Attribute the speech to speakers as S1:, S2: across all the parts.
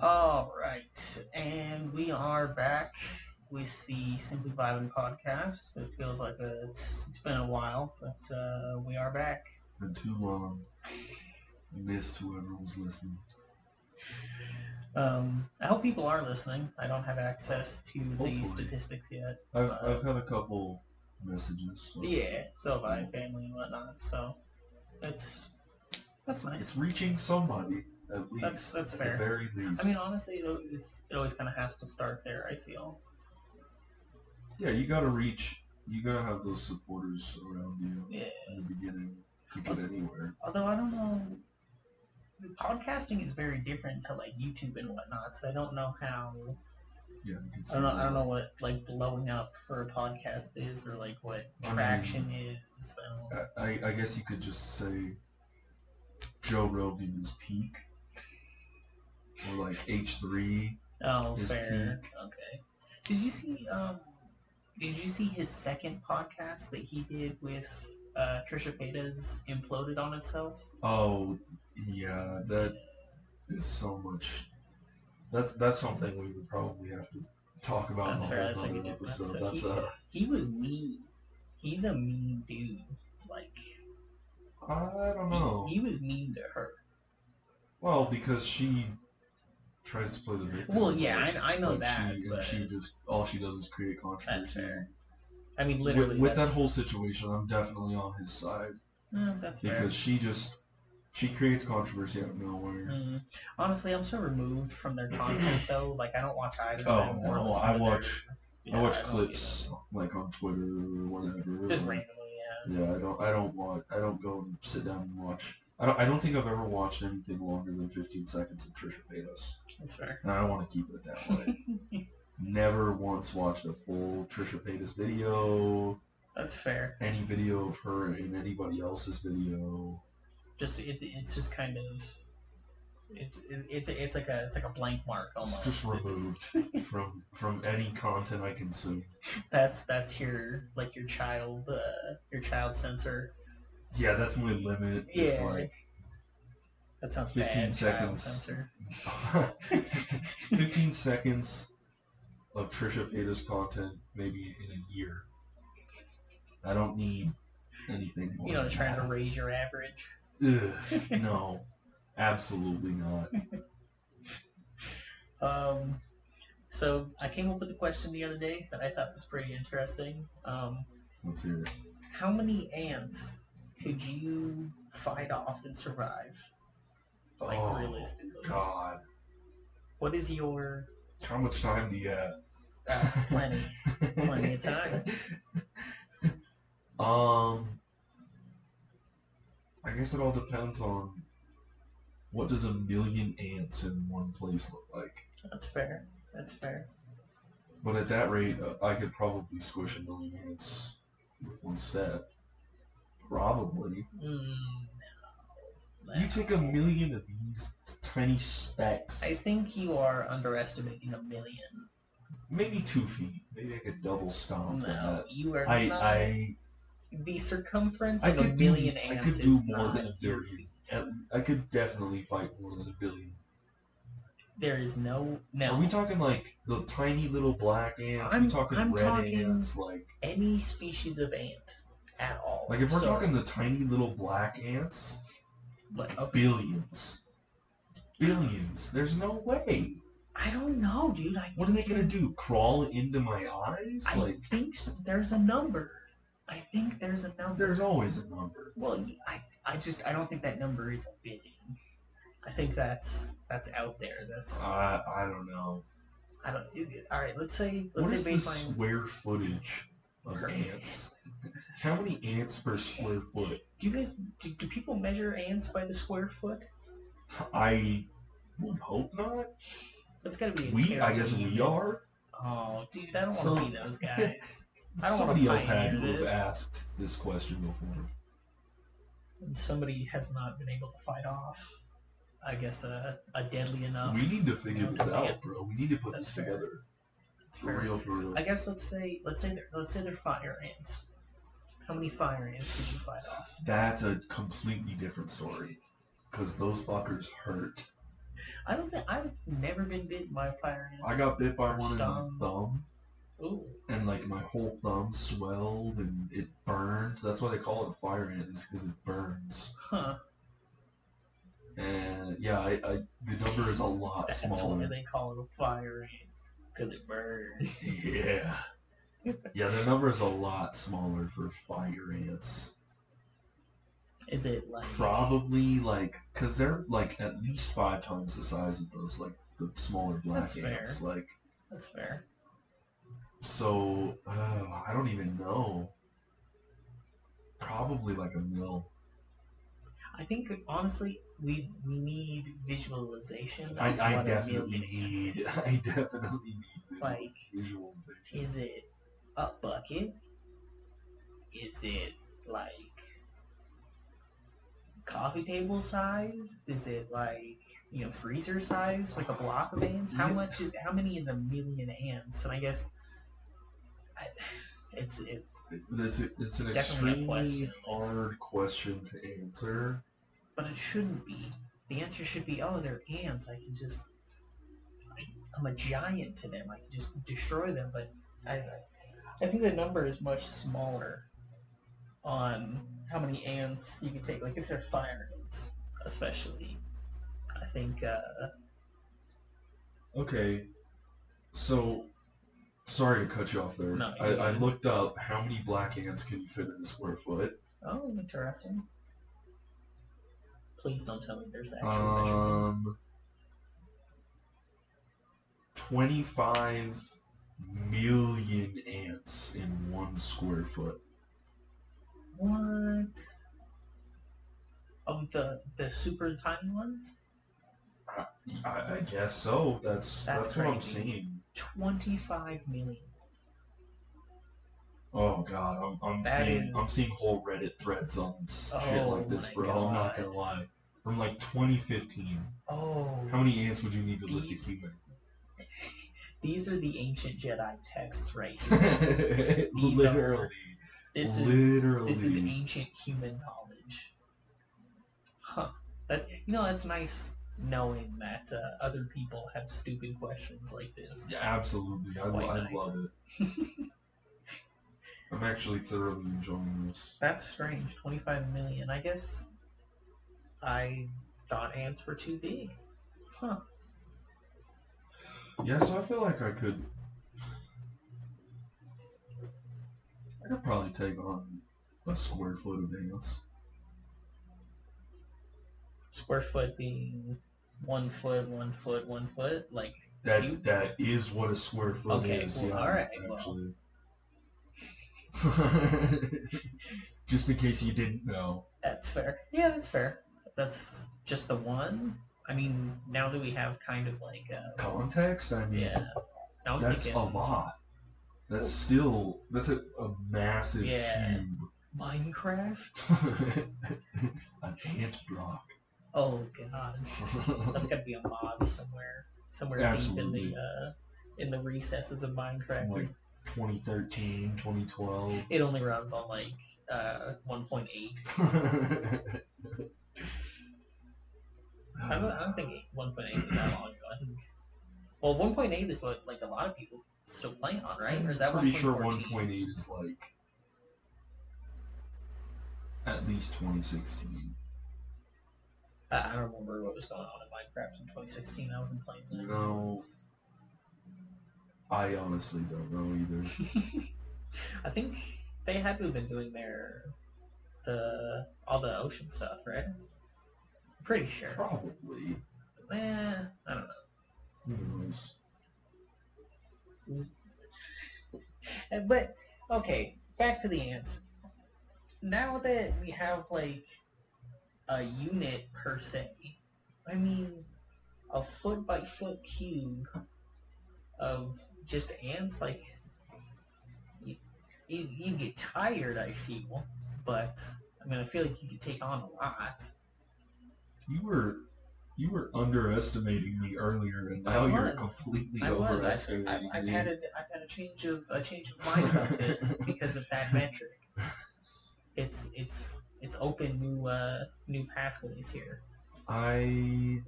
S1: All right, and we are back with the Simply Vibin podcast. It feels like a, it's, it's been a while, but uh, we are back.
S2: Been too long. I missed whoever was listening.
S1: Um, I hope people are listening. I don't have access to
S2: Hopefully.
S1: the statistics yet.
S2: I've, I've had a couple messages. so-
S1: Yeah, so by family and whatnot. So it's that's nice.
S2: It's reaching somebody, at least.
S1: That's- that's
S2: at
S1: fair.
S2: the very least.
S1: I mean, honestly, it al- it's, it always kind of has to start there. I feel.
S2: yeah, you gotta reach, you gotta have those supporters around you
S1: Yeah.
S2: in the beginning to get anywhere.
S1: Although I don't know, podcasting is very different to like YouTube and whatnot. So I don't know how.
S2: Yeah, you can
S1: I don't know. I
S2: see
S1: don't know what like blowing up for a podcast is, or like what
S2: I mean-
S1: traction is. So.
S2: that. I, I, I guess you could just say Joe Rogan is peak. Or like H3.
S1: Oh,
S2: His
S1: fair. Okay. Did you see? Um, did you see his second podcast that he did with uh, Trisha Paytas imploded on itself?
S2: Oh, yeah, that is so much. That's that's something we would probably have to talk about
S1: That's
S2: in
S1: fair,
S2: a
S1: that's
S2: whole
S1: like a
S2: other
S1: different
S2: episode.
S1: episode.
S2: That's a.
S1: He was mean. He's a mean dude. Like
S2: I don't know.
S1: he was mean to her.
S2: Well, because she tries to play the victim.
S1: Well, yeah,
S2: like-
S1: I, I know
S2: like
S1: that.
S2: She,
S1: but
S2: and she just all she does is create
S1: that's
S2: controversy.
S1: fair. I mean,
S2: With,
S1: literally,
S2: with that
S1: that's-
S2: whole situation, I'm definitely on his side
S1: Mm, that's fair.
S2: because she just she creates controversy out of nowhere.
S1: Mm. Honestly, I'm so removed from their content though. Like, I don't watch either. of
S2: Oh
S1: them or
S2: no,
S1: listen
S2: I
S1: to their-
S2: watch
S1: Mm, Yeah,
S2: I watch
S1: don't do that.
S2: clips like on Twitter or whatever.
S1: Just
S2: or-
S1: randomly, yeah.
S2: Yeah, I don't. I don't watch. I don't go and sit down and watch. I don't. I don't think I've ever watched anything longer than 15 seconds of Trisha Paytas,
S1: That's fair.
S2: and I want to keep it that way. Never once watched a full Trisha Paytas video,
S1: That's fair.
S2: any video of her in anybody else's video.
S1: Just it, it's just kind of it's it, it's it's like a it's like a blank mark almost.
S2: It's just
S1: It
S2: removed from from any content I consume.
S1: that's that's your like your child uh, your child censor.
S2: Yeah, that's my limit. It's
S1: Yeah.
S2: like
S1: That sounds
S2: 15
S1: bad. Child
S2: seconds.
S1: censor.
S2: 15 seconds of Trisha Paytas content, maybe in a year. I don't need anything more.
S1: You know,
S2: than
S1: trying to
S2: that.
S1: raise your average.
S2: Ugh, no, absolutely not.
S1: Um, so I came up with a question the other day that I thought was pretty interesting. Um,
S2: Let's hear it.
S1: how many ants could you fight off and survive? Like
S2: oh,
S1: realistically,
S2: God.
S1: what is your
S2: How much time do you have?
S1: uh, plenty? Plenty of time.
S2: Um, I guess it all depends on what does a million ants in one place look like.
S1: That's fair. That's fair.
S2: But at that rate, uh, I could probably squish a million ants with one step. Probably.
S1: Mm,
S2: You take a million of these tiny specks,
S1: I think you are underestimating a million.
S2: maybe two feet. Maybe I could double stomp
S1: No,
S2: that.
S1: you are
S2: Oh, I,
S1: not.
S2: I,
S1: the circumference
S2: I
S1: of a
S2: could do-
S1: million
S2: I
S1: ants
S2: could do
S1: is
S2: more
S1: not
S2: than a
S1: your
S2: billion.
S1: feet.
S2: at- I could definitely fight more than a billion.
S1: There is no no.
S2: Are we talking like the tiny little black ants?
S1: I'm-
S2: we talking
S1: I'm
S2: red
S1: talking-
S2: ants? Like,
S1: any species of ant at all.
S2: like if we're
S1: So,
S2: talking the tiny little black ants,
S1: like, uh, okay,
S2: billions, billions. There's no way.
S1: I don't know, dude. I
S2: What are they gonna do? Crawl into my eyes?
S1: I
S2: Like
S1: think s there's a number. I think there's a number.
S2: there's always a number.
S1: Well, y- I, I just I don't think that number is a billion. I think that's that's out there. That's
S2: I I don't know.
S1: I don't. It, it- all right, let's say
S2: What
S1: let's
S2: is
S1: say
S2: the
S1: baseline.
S2: square footage of
S1: Per-
S2: ants? How many ants per square foot?
S1: Do you guys do, do people measure ants by the square foot?
S2: I would hope not.
S1: That's gotta be. A
S2: We I
S1: terrible
S2: guess we
S1: unit.
S2: are.
S1: Oh, dude, I don't want to
S2: So-
S1: be those guys. I don't wanna
S2: Somebody else had to
S1: pioneer
S2: have
S1: this.
S2: asked this question before.
S1: And somebody has not been able to fight off. I guess a, a deadly enough.
S2: We need to figure
S1: No,
S2: this out,
S1: ants.
S2: bro. We need to put
S1: That's
S2: this
S1: fair.
S2: together.
S1: It's
S2: For
S1: fair.
S2: real, for real.
S1: I guess let's say let's say they're let's say they're fire ants. How many fire ants could you fight off?
S2: That's a completely different story. Because those fuckers hurt.
S1: I don't think I've never been bitten by a fire ant.
S2: I got bit by
S1: Or
S2: one in my
S1: stung.
S2: thumb,
S1: Ooh,
S2: and like my whole thumb swelled and it burned. That's why they call it a fire ant, is because it burns.
S1: huh?
S2: And yeah, I, I the number is a lot
S1: That's why
S2: smaller.
S1: they call it a fire ant because it burns.
S2: Yeah, yeah, the number is a lot smaller for fire ants.
S1: Is it like
S2: Probably like because they're like at least five times the size of those like the smaller black
S1: That's fair.
S2: ants. Like
S1: that's fair?
S2: So uh, I don't even know. Probably like a mill.
S1: I think honestly, we we need visualization.
S2: I,
S1: of
S2: I
S1: what a meal
S2: definitely
S1: getting ants
S2: need.
S1: is.
S2: I definitely need visual,
S1: Like,
S2: visualization.
S1: is it a bucket? Is it like coffee table size? Is it like you know freezer size, like a block of ants? How
S2: Yeah.
S1: much is how many is a million ants? And I guess I, it's it,
S2: That's a, it's an
S1: Definitely a question.
S2: extremely hard question to answer.
S1: but it shouldn't be. The answer should be, oh, they're ants. I can just, I, I'm a giant to them. I can just destroy them. But I, I think the number is much smaller on how many ants you can take. Like if they're fire ants, especially, I think. Uh,
S2: Okay, so sorry to cut you off there.
S1: No,
S2: I,
S1: you're
S2: I
S1: good.
S2: looked up how many black ants can you fit in a square foot.
S1: oh, interesting. Please don't tell me there's actual measurements.
S2: Um, twenty-five million ants in one square foot.
S1: What? Of the the super tiny ones.
S2: I, I guess so. That's that's,
S1: That's
S2: what I'm
S1: crazy.
S2: seeing.
S1: 25 million.
S2: Oh god, I'm, I'm
S1: That
S2: seeing
S1: is-
S2: I'm seeing whole Reddit threads on s- shit
S1: Oh
S2: like this,
S1: my
S2: bro. I'm not
S1: God.
S2: gonna lie. From like 2015,
S1: Oh.
S2: how many ants would you need to lift a
S1: These-
S2: human?
S1: These are the ancient Jedi texts right here.
S2: literally,
S1: This is
S2: literally.
S1: this is ancient human knowledge. Huh. That's you know that's nice knowing that uh, other people have stupid questions like this.
S2: Yeah, absolutely. I, lo-
S1: quite
S2: I
S1: nice.
S2: love it. I'm actually thoroughly enjoying this.
S1: That's strange. 25 million. I guess I thought ants were too big. Huh.
S2: Yeah, so I feel like I could. I could probably take on a square foot of ants.
S1: Square foot being one foot, one foot, one foot. Like
S2: That
S1: You-
S2: that is what a square foot
S1: Okay,
S2: is.
S1: well,
S2: yeah,
S1: alright, well.
S2: actually. Just in case you didn't know.
S1: That's fair. Yeah, that's fair. That's just the one. I mean, now that we have kind of like a
S2: Context? I mean,
S1: yeah, now I'm
S2: that's a
S1: thinking
S2: lot. That's still that's a, a massive
S1: Yeah.
S2: cube.
S1: Minecraft.
S2: An ant block.
S1: Oh god, that's gotta be a mod somewhere, somewhere deep
S2: Absolutely.
S1: in the uh, in the recesses of Minecraft.
S2: Like- 2013, 2012.
S1: It only runs on like uh, 1.8. I don't, I don't think 1.8 is that long ago. I think. Well, 1.8 is what like a lot of people still playing on, right? Or is that
S2: pretty sure
S1: 1.14?
S2: 1.8 is like at least 2016.
S1: I I don't remember what was going on in Minecraft in 2016. I wasn't playing that.
S2: You know, I honestly don't know either.
S1: I think they had to have been doing their the all the ocean stuff, right? I'm pretty sure.
S2: Probably.
S1: Eh, I don't know.
S2: Anyways,
S1: Uh, But okay, back to the ants. Now that we have like a unit per se, I mean a foot by foot cube of just ants, like you, you, you get tired. I feel, but I mean, I feel like you could take on a lot.
S2: you were you were underestimating me earlier, and now
S1: I
S2: you're
S1: was.
S2: completely
S1: I was. I've,
S2: overestimating
S1: I've, I've
S2: me.
S1: had a, I've had a change of a change of mind about this because of that metric. It's it's it's open new uh, new pathways here.
S2: I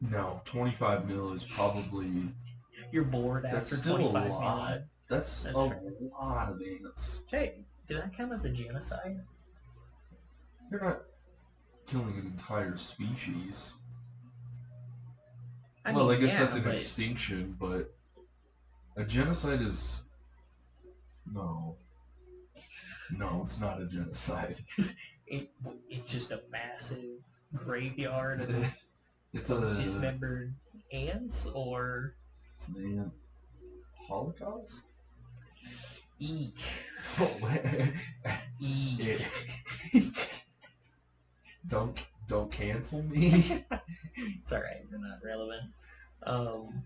S2: No, 25 mil is probably
S1: You're bored
S2: That's
S1: after
S2: still a
S1: 25
S2: lot.
S1: million.
S2: that's,
S1: That's
S2: a
S1: fair.
S2: lot of ants.
S1: Jay, did that count as a genocide?
S2: You're not killing an entire species.
S1: I
S2: well,
S1: mean,
S2: I guess
S1: yeah,
S2: that's an
S1: but
S2: extinction, but a genocide is no, no, it's not a genocide.
S1: it, it's just a massive graveyard of
S2: it's a
S1: dismembered ants, or
S2: it's an ant holocaust.
S1: eek, eek.
S2: Yeah. don't don't cancel me.
S1: It's all right. They're not relevant. Um,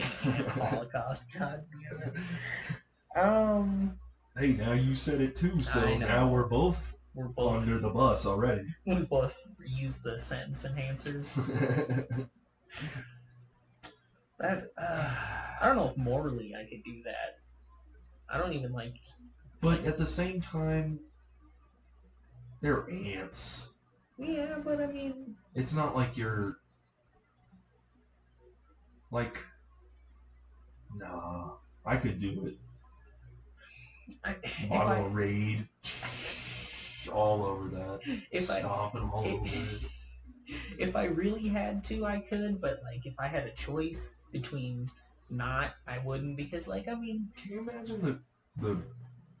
S1: Holocaust. God damn it. Um,
S2: hey, now you said it too, so
S1: I know.
S2: now we're both
S1: we're both
S2: under the bus already.
S1: we both use the sentence enhancers. That uh, I don't know if morally I could do that. I don't even like.
S2: But at the same time, they're ants.
S1: Yeah, but I mean,
S2: It's not like you're. Like. Nah. I could do it.
S1: I, if
S2: Bottle
S1: I
S2: of raid. All over that.
S1: if I
S2: Stomping all over it.
S1: if I really had to, I could. But like, if I had a choice between not, I wouldn't because like I mean,
S2: Can you imagine the, the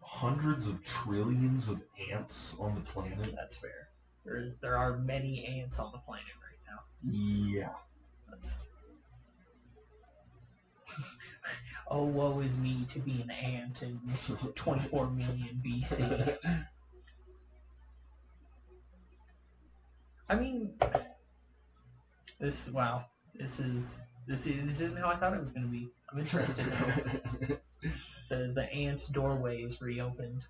S2: hundreds of trillions of ants on the planet?
S1: That's fair. There's there are many ants on the planet right now.
S2: Yeah.
S1: That's oh woe is me to be an ant in 24 million BC. I mean, this wow, this is this is this isn't how I thought it was gonna be. I'm interested now. The the ant doorway is reopened.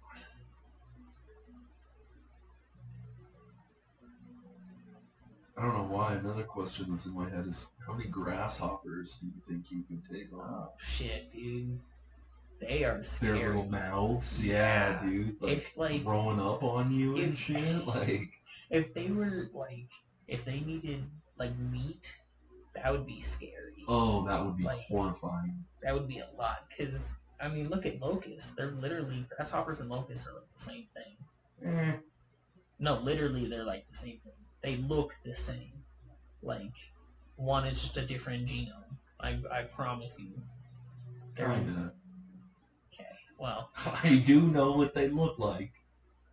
S2: I don't know why. Another question that's in my head is how many grasshoppers do you think you can take on?
S1: Oh shit, dude, they are
S2: Their
S1: scary.
S2: little mouths? Yeah, dude. Like,
S1: If, like-
S2: throwing up on you and
S1: if-
S2: shit. Like,
S1: If they were like, if they needed like meat, that would be scary.
S2: oh, that would be
S1: Like-
S2: horrifying.
S1: That would be a lot. Cause I mean, look at locusts. They're literally grasshoppers and locusts are like the same thing.
S2: Eh,
S1: No, literally, they're like the same thing. They look the same. Like one is just a different genome. I I promise you. They're-
S2: Eh, kinda.
S1: Well,
S2: I do know what they look like.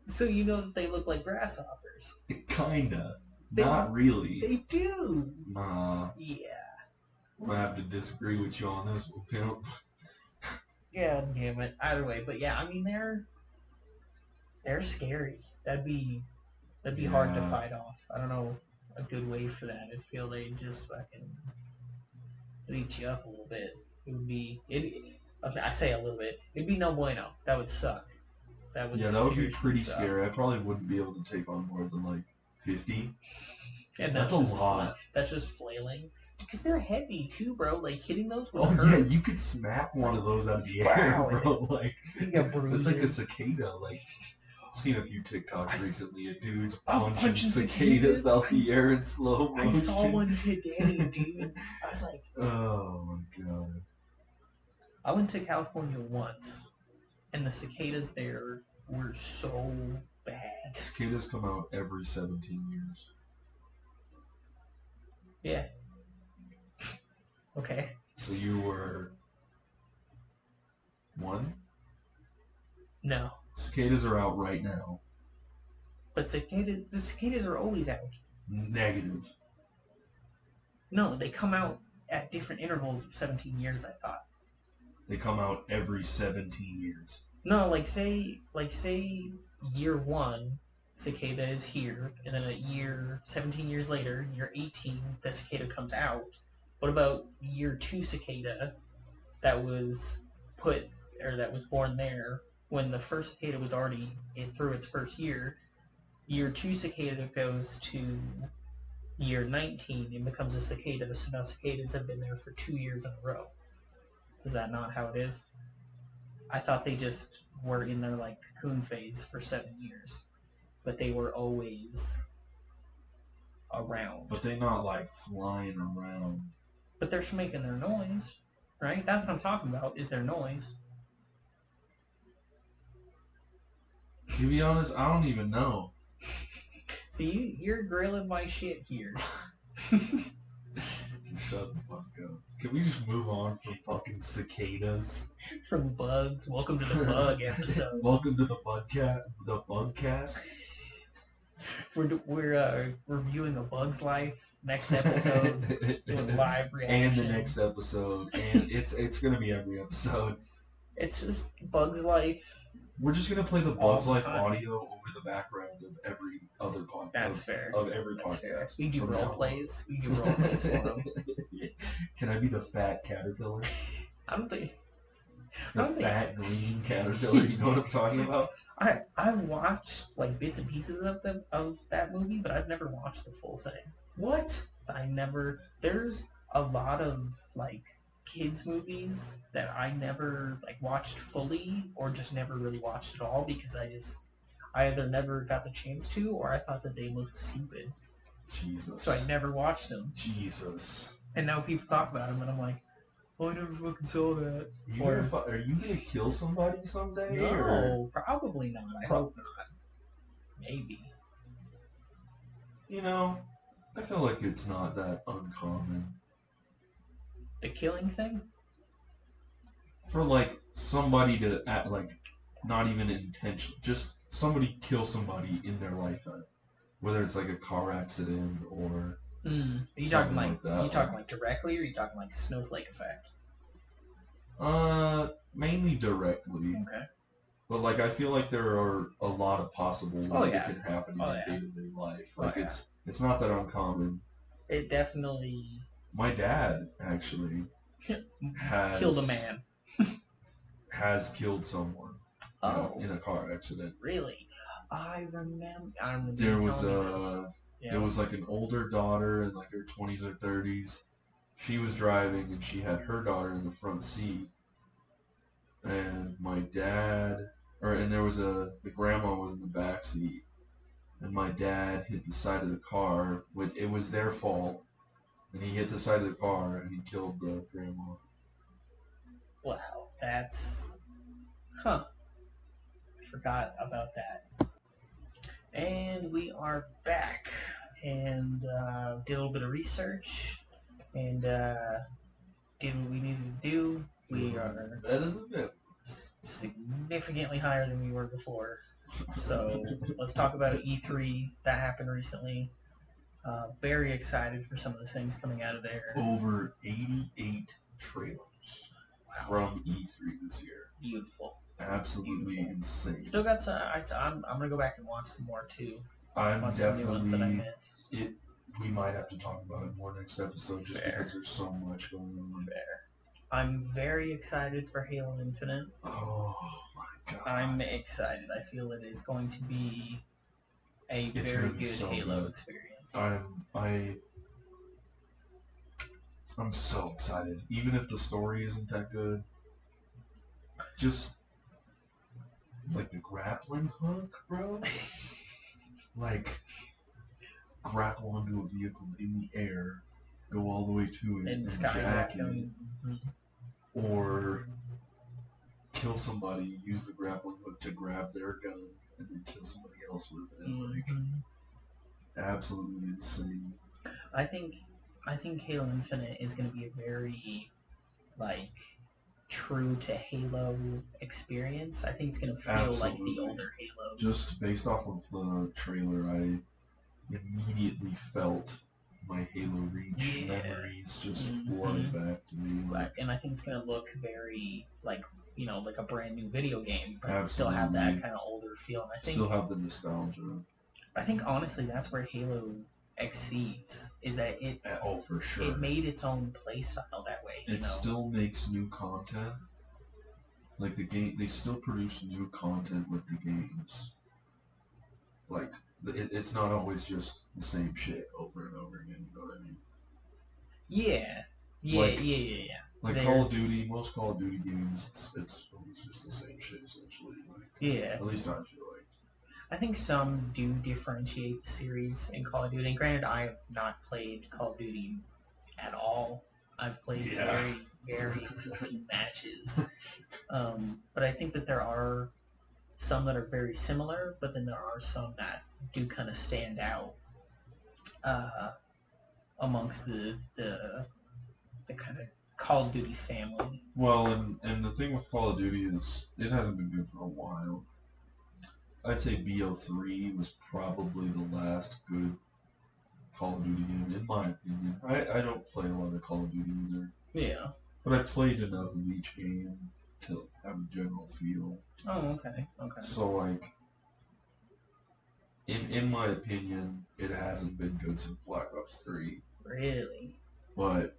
S1: so you know that they look like grasshoppers.
S2: Kinda.
S1: They-
S2: Not really.
S1: They do.
S2: Nah,
S1: Yeah.
S2: I'm gonna have to disagree with you on this one, Pimp.
S1: Yeah, damn it. Either way, but yeah, I mean they're they're scary. That'd be that'd be hard to
S2: Yeah.
S1: fight off. I don't know a good way for that. I'd feel they just fucking they'd eat you up a little bit. It would be it. okay, I say a little bit. It'd be no bueno. That would suck. That would
S2: Yeah, that would be
S1: seriously
S2: pretty
S1: suck.
S2: scary. I probably wouldn't be able to take on more than like 50.
S1: And
S2: That's a
S1: just fla-
S2: lot.
S1: that's just flailing because they're heavy too, bro. Like hitting those would
S2: Oh yeah,
S1: hurt.
S2: you could smack one of those out of the
S1: Wow,
S2: air,
S1: and
S2: bro. Like
S1: You got
S2: it's like a
S1: bruises.
S2: cicada. Like I've seen a few TikToks
S1: I s-
S2: recently of dudes
S1: I'm
S2: punching,
S1: punching
S2: cicadas
S1: cicadas.
S2: out
S1: I-
S2: the air in slow
S1: I
S2: motion.
S1: saw one today, dude. I was like.
S2: Oh my god.
S1: I went to California once, and the cicadas there were so bad.
S2: Cicadas come out every 17 years.
S1: Yeah. Okay.
S2: So you were one.
S1: No,
S2: Cicadas are out right now.
S1: but cicadas, the cicadas are always out.
S2: Negative.
S1: No, they come out at different intervals of 17 years. I thought.
S2: They come out every 17 years.
S1: No, like say, like say, year one, cicada is here, and then a year 17 years later, year 18, the cicada comes out. What about year two cicada that was put or that was born there when the first cicada was already in, through its first year? Year two cicada goes to year 19 and becomes a cicada, so now cicadas have been there for two years in a row. Is that not how it is? I thought they just were in their like cocoon phase for seven years, but they were always around,
S2: But they're not like flying around.
S1: but they're making their noise, right? That's what I'm talking about. Is their noise?
S2: To be honest, I don't even know.
S1: See, you, you're grilling my shit here.
S2: Shut the fuck up. Can we just move on from fucking cicadas?
S1: From bugs. Welcome to the bug episode.
S2: Welcome to the Budcat, the Bugcast.
S1: We're do- we're uh, reviewing a bug's life next episode. doing live
S2: and
S1: reaction.
S2: the next episode, and it's it's gonna be every episode.
S1: It's just Bug's Life.
S2: We're just gonna play the
S1: All
S2: Bugs
S1: the
S2: Life
S1: time.
S2: audio over the background of every other podcast
S1: That's fair.
S2: of, of every
S1: That's fair.
S2: podcast.
S1: We do
S2: from now
S1: role
S2: on.
S1: plays. We do role plays for them.
S2: Can I be the fat caterpillar?
S1: I don't think I
S2: The
S1: don't think-
S2: fat green caterpillar. You know what I'm talking about?
S1: I I've watched like bits and pieces of the of that movie, but I've never watched the full thing.
S2: What?
S1: I never there's a lot of like kids movies that I never like watched fully or just never really watched at all because I just I either never got the chance to or I thought that they looked stupid.
S2: Jesus.
S1: So I never watched them.
S2: Jesus.
S1: And now people talk about them and I'm like, Oh I never fucking saw that.
S2: You
S1: Or-
S2: gonna fu- are you gonna kill somebody someday? or-
S1: No, probably not. I
S2: Prob-
S1: hope not. Maybe.
S2: You know, I feel like it's not that uncommon
S1: The killing thing?
S2: for like somebody to act like not even intention, just somebody kill somebody in their lifetime, whether it's like a car accident or
S1: Mm. Are you talking
S2: Something
S1: like,
S2: like that,
S1: you talking like directly, or you talking like snowflake effect?
S2: uh mainly directly.
S1: Okay.
S2: But like I feel like there are a lot of possible ways
S1: Oh, yeah.
S2: it could happen in
S1: Oh,
S2: your
S1: yeah.
S2: day to day life.
S1: Oh,
S2: Like
S1: yeah.
S2: it's it's not that uncommon.
S1: It definitely
S2: My dad actually has
S1: killed a man.
S2: Has killed someone you know,
S1: Oh,
S2: in a car accident.
S1: really? I remember. I remember.
S2: There
S1: you
S2: was
S1: telling me
S2: a.
S1: this. Yeah.
S2: It was like an older daughter in like her 20s or 30s. She was driving and she had her daughter in the front seat. And my dad, or and there was a the grandma was in the back seat, and my dad hit the side of the car. When it was their fault, and he hit the side of the car and he killed the grandma.
S1: Wow, that's. Huh. I forgot about that. And we are back and uh, did a little bit of research and uh, did what we needed to do. We are
S2: Better than that.
S1: significantly higher than we were before. So let's talk about E3 that happened recently. Uh, very excited for some of the things coming out of there.
S2: Over 88 trailers from E3 this year.
S1: Beautiful.
S2: Absolutely
S1: Beautiful.
S2: insane.
S1: Still got some. I, I'm, I'm gonna go back and watch some more too.
S2: I'm
S1: Watch some new ones that I
S2: definitely.
S1: missed.
S2: We might have to talk about it more next episode, just
S1: Fair.
S2: because there's so much going on.
S1: I'm very excited for Halo Infinite.
S2: Oh my god!
S1: I'm excited. I feel it is going to be a
S2: It's
S1: very
S2: gonna be
S1: good
S2: so
S1: Halo
S2: good.
S1: experience.
S2: I'm I. I'm so excited. Even if the story isn't that good, just like the grappling hook, bro. like grapple onto a vehicle in the air, go all the way to it,
S1: and
S2: jack
S1: Skyjack
S2: it.
S1: them. Mhm.
S2: or kill somebody, use the grappling hook to grab their gun, and then kill somebody else with it. Like
S1: Mhm.
S2: absolutely insane.
S1: I think I think Halo Infinite is going to be a very like true to Halo experience. I think it's going to feel like
S2: Absolutely.
S1: the older Halo.
S2: Just based off of the trailer, I immediately felt my Halo Reach
S1: Yeah.
S2: memories just flooded back to me. Like
S1: Like, and I think it's gonna look very like you know like a brand new video game, but still have that
S2: Absolutely.
S1: kind of older feel. And I think
S2: still have the nostalgia.
S1: I think honestly that's where Halo exceeds is that it
S2: Oh, for sure.
S1: it made its own playstyle that way. You
S2: it
S1: know,
S2: still makes new content. Like the game, they still produce new content with the games. Like th- it, it's not always just the same shit over and over again. You know what I mean?
S1: yeah, yeah,
S2: Like-
S1: yeah, yeah, yeah.
S2: Like
S1: They're-
S2: Call of Duty, most Call of Duty games, it's, it's always just the same shit essentially. Like
S1: Yeah,
S2: at least I feel like.
S1: I think some do differentiate the series in Call of Duty. And granted, I've not played Call of Duty at all. I've played
S3: Yeah.
S1: very, very few matches. Um, but I think that there are some that are very similar, but then there are some that do kind of stand out uh, amongst the, the the kind of Call of Duty family.
S2: Well, and and the thing with Call of Duty is it hasn't been good for a while. I'd say BO3 was probably the last good Call of Duty game, in my opinion. I, I don't play a lot of Call of Duty either,
S1: Yeah.
S2: but I played enough of each game to have a general feel.
S1: Oh, okay. Okay.
S2: So like, in in my opinion, it hasn't been good since Black Ops Three,
S1: Really?
S2: but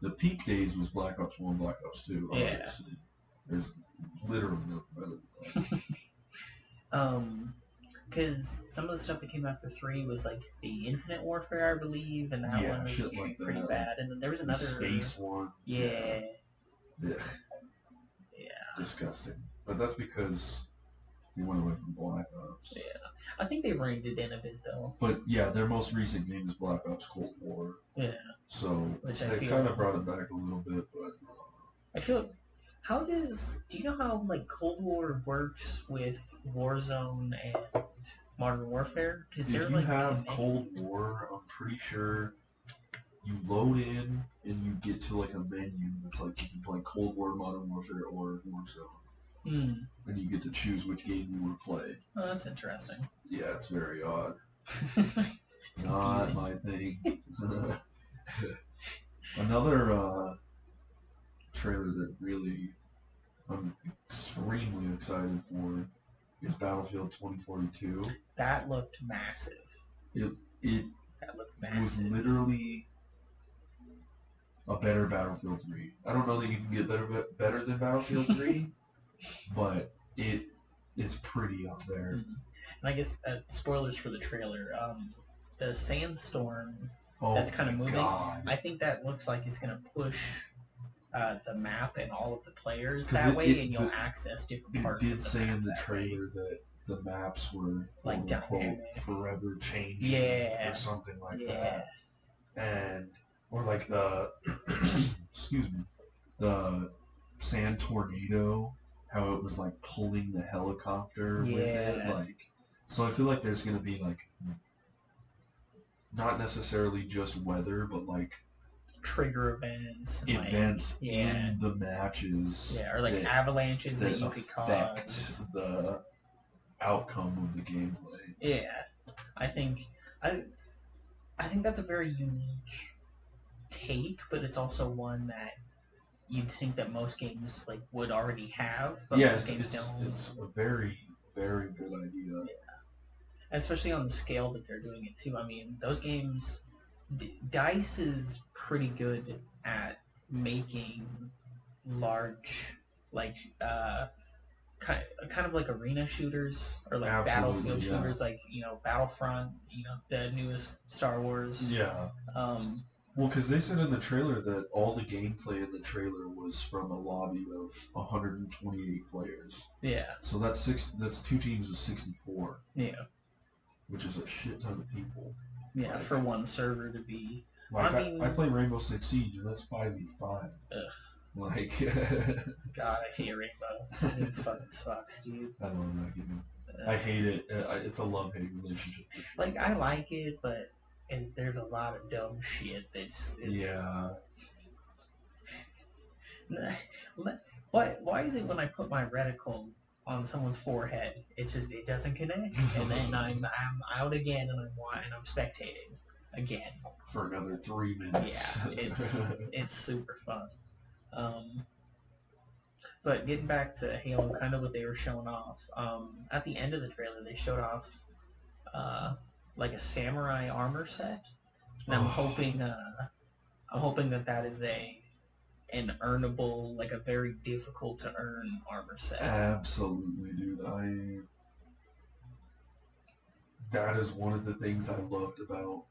S2: the peak days was Black Ops One, Black Ops Two.
S1: Yeah.
S2: Obviously. There's literally nothing better than that.
S1: Um, because some of the stuff that came after three was like the Infinite Warfare, I believe, and that
S2: Yeah,
S1: one was
S2: shit
S1: actually
S2: like
S1: pretty
S2: that.
S1: bad. And then there was
S2: the
S1: another
S2: space one.
S1: Yeah,
S2: Yeah.
S1: Yeah.
S2: Disgusting. But that's because they went away from Black Ops.
S1: Yeah. I think they reined it in a bit though.
S2: But yeah, their most recent game is Black Ops Cold War.
S1: Yeah.
S2: So
S1: Which I
S2: they
S1: feel-
S2: kind of brought it back a little bit, but uh,
S1: I feel. like How does do you know how like Cold War works with Warzone and Modern Warfare? Because
S2: if you have Cold War, I'm pretty sure you load in and you get to like a menu that's like you can play Cold War, Modern Warfare, or Warzone,
S1: Hmm.
S2: and you get to choose which game you want to play.
S1: Oh, that's interesting.
S2: Yeah, it's very odd.
S1: It's
S2: Not
S1: confusing.
S2: my thing. Another uh, trailer that really I'm extremely excited for is Battlefield 2042.
S1: that looked massive.
S2: It
S1: That looked
S2: was
S1: massive.
S2: literally a better Battlefield 3. I don't know that you can get better better than Battlefield 3, but it it's pretty up there.
S1: Mhm. And I guess uh, spoilers for the trailer. Um, the sandstorm
S2: Oh
S1: that's kind of
S2: my
S1: moving.
S2: god.
S1: I think that looks like it's gonna push uh, the map and all of the players
S2: 'Cause
S1: that
S2: it-
S1: way,
S2: it-
S1: and you'll
S2: the-
S1: access different
S2: It
S1: parts.
S2: did
S1: of the
S2: say
S1: map
S2: in the
S1: that way.
S2: trailer that the maps were
S1: Like
S2: quote unquote
S1: dynamic.
S2: forever changing
S1: Yeah.
S2: or something like
S1: Yeah.
S2: that. And or like the excuse me. The sand tornado, how it was like pulling the helicopter with it.
S1: Yeah.
S2: Like so I feel like there's gonna be like not necessarily just weather, but like
S1: Trigger events. And
S2: events
S1: Like, yeah.
S2: in the matches
S1: Yeah, or like
S2: that-
S1: avalanches that,
S2: that
S1: you could
S2: affect
S1: cause.
S2: the outcome of the gameplay.
S1: Yeah, I think I, I think that's a very unique take, but it's also one that you'd think that most games like would already have. But
S2: yeah,
S1: most
S2: it's
S1: games
S2: it's,
S1: don't.
S2: it's a very very good idea.
S1: especially on the scale that they're doing it too. I mean, those games, D- Dice is pretty good at making large, like, uh, kind kind of like arena shooters or like
S2: Absolutely,
S1: battlefield
S2: yeah.
S1: shooters, like you know Battlefront, you know the newest Star Wars.
S2: Yeah.
S1: Um,
S2: Well, because they said in the trailer that all the gameplay in the trailer was from a lobby of 128 players.
S1: yeah,
S2: So that's six. That's two teams of 64,
S1: yeah,
S2: which is a shit ton of people.
S1: yeah.
S2: Right.
S1: For one server to be,
S2: Like
S1: I
S2: I,
S1: mean-
S2: I play Rainbow Six Siege, and that's five v five.
S1: Ugh.
S2: Like
S1: God, I hate Rainbow. it fucking sucks, dude.
S2: I love that game. I hate it. Uh, I- I- It's a love hate relationship. for sure.
S1: like I like it, but it's, there's a lot of dumb shit that's it's,
S2: Yeah.
S1: Why why is it when I put my reticle on someone's forehead, it's just it doesn't connect, and then I'm I'm out again, and I'm wa- and I'm spectating again.
S2: for another three
S1: Yeah,
S2: minutes.
S1: it's it's super fun. Um, but getting back to Halo, kind of what they were showing off. Um, at the end of the trailer, they showed off uh, like a samurai armor set, and I'm
S2: Oh.
S1: hoping uh, I'm hoping that that is a an earnable, like a very difficult to earn armor set.
S2: Absolutely, dude. I. That is one of the things I loved about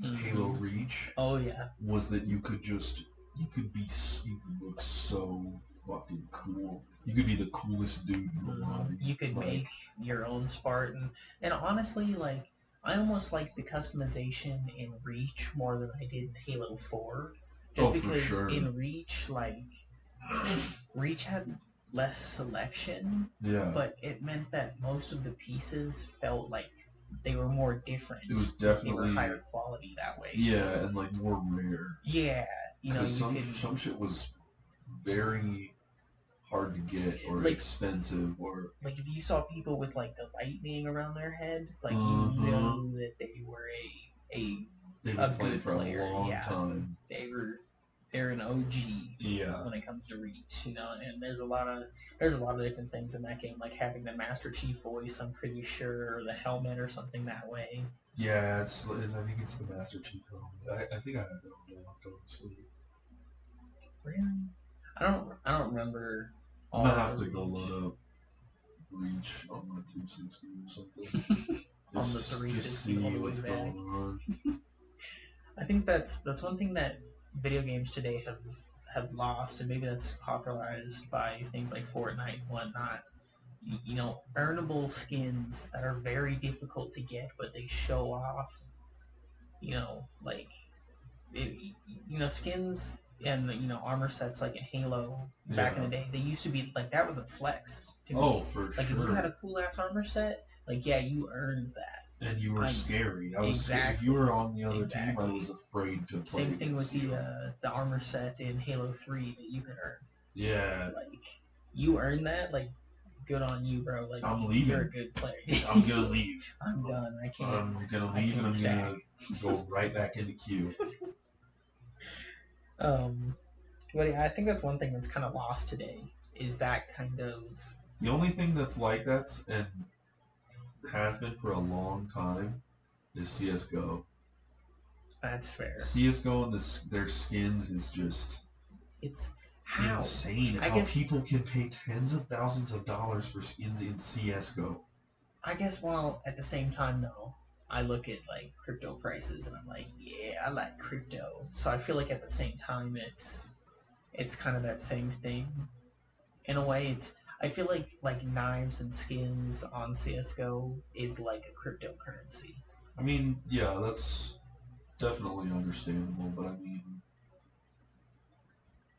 S1: Mhm.
S2: Halo Reach
S1: Oh yeah,
S2: was that you could just you could be s- you could look so fucking cool. You could be the coolest dude in the lobby.
S1: Mm-hmm. You could
S2: like-
S1: make your own Spartan, and honestly, like I almost liked the customization in Reach more than I did in Halo Four, just
S2: Oh, for
S1: because
S2: sure.
S1: in Reach, like Reach had less selection,
S2: Yeah.
S1: but it meant that most of the pieces felt like they were more different.
S2: it was
S1: they were
S2: definitely
S1: higher quality that way.
S2: yeah, and like more rare.
S1: yeah. You know, you
S2: Because some
S1: could
S2: some shit was very hard to get or
S1: Like-
S2: expensive or
S1: like if you saw people with like the lightning around their head, like
S2: Mhm.
S1: you know that they were a a
S2: they've
S1: A
S2: been playing
S1: good
S2: for
S1: player,
S2: a long
S1: yeah.
S2: time.
S1: they were they're an OG
S2: Yeah.
S1: when it comes to reach, you know. And there's a lot of there's a lot of different things in that game, like having the Master Chief voice, I'm pretty sure, or the helmet or something that way.
S2: Yeah, it's, it's I think it's the Master Chief helmet. I, I think I have that one locked honestly.
S1: Really, I don't I don't remember.
S2: I'm gonna
S1: all
S2: have to
S1: the
S2: go
S1: Reach.
S2: load up Reach on my 360 or something.
S1: On the
S2: Just-
S1: 360
S2: just see
S1: all the way
S2: what's
S1: back.
S2: going on.
S1: I think that's that's one thing that video games today have have lost, and maybe that's popularized by things like Fortnite and whatnot. Y- You know, earnable skins that are very difficult to get, but they show off. You know, like it, you know skins and you know armor sets like in Halo back in the day. They used to be like that was a flex to
S2: Oh,
S1: me.
S2: for
S1: Like if
S2: sure.
S1: you had a cool ass armor set, like yeah, you earned that.
S2: and you were
S1: I'm-
S2: scary. I was scared. if
S1: Exactly.
S2: you were on the other team,
S1: Exactly.
S2: I was afraid to play.
S1: Same thing with
S2: against
S1: the
S2: you.
S1: uh, the armor set in Halo Three that you could earn.
S2: yeah,
S1: Like you earn that, like good on you, bro. Like
S2: I'm
S1: you're a
S2: leaving.
S1: good player.
S2: I'm gonna leave.
S1: I'm done. I can't.
S2: I'm gonna
S1: I
S2: leave, and
S1: can't
S2: I'm
S1: stack.
S2: gonna go right back into queue.
S1: Um, but yeah, I think that's one thing that's kind of lost today is that kind of
S2: The only thing that's like that's and has been for a long time is CS:GO.
S1: that's fair.
S2: CS:GO and this their skins is just
S1: It's how
S2: insane.
S1: I
S2: how
S1: guess-
S2: people can pay tens of thousands of dollars for skins in CS:GO.
S1: I guess while at the same time though, I look at like crypto prices and I'm like, yeah, I like crypto. So I feel like at the same time it's it's kind of that same thing. In a way it's I feel like like knives and skins on CSGO is like a cryptocurrency.
S2: I mean, yeah, that's definitely understandable, but I mean,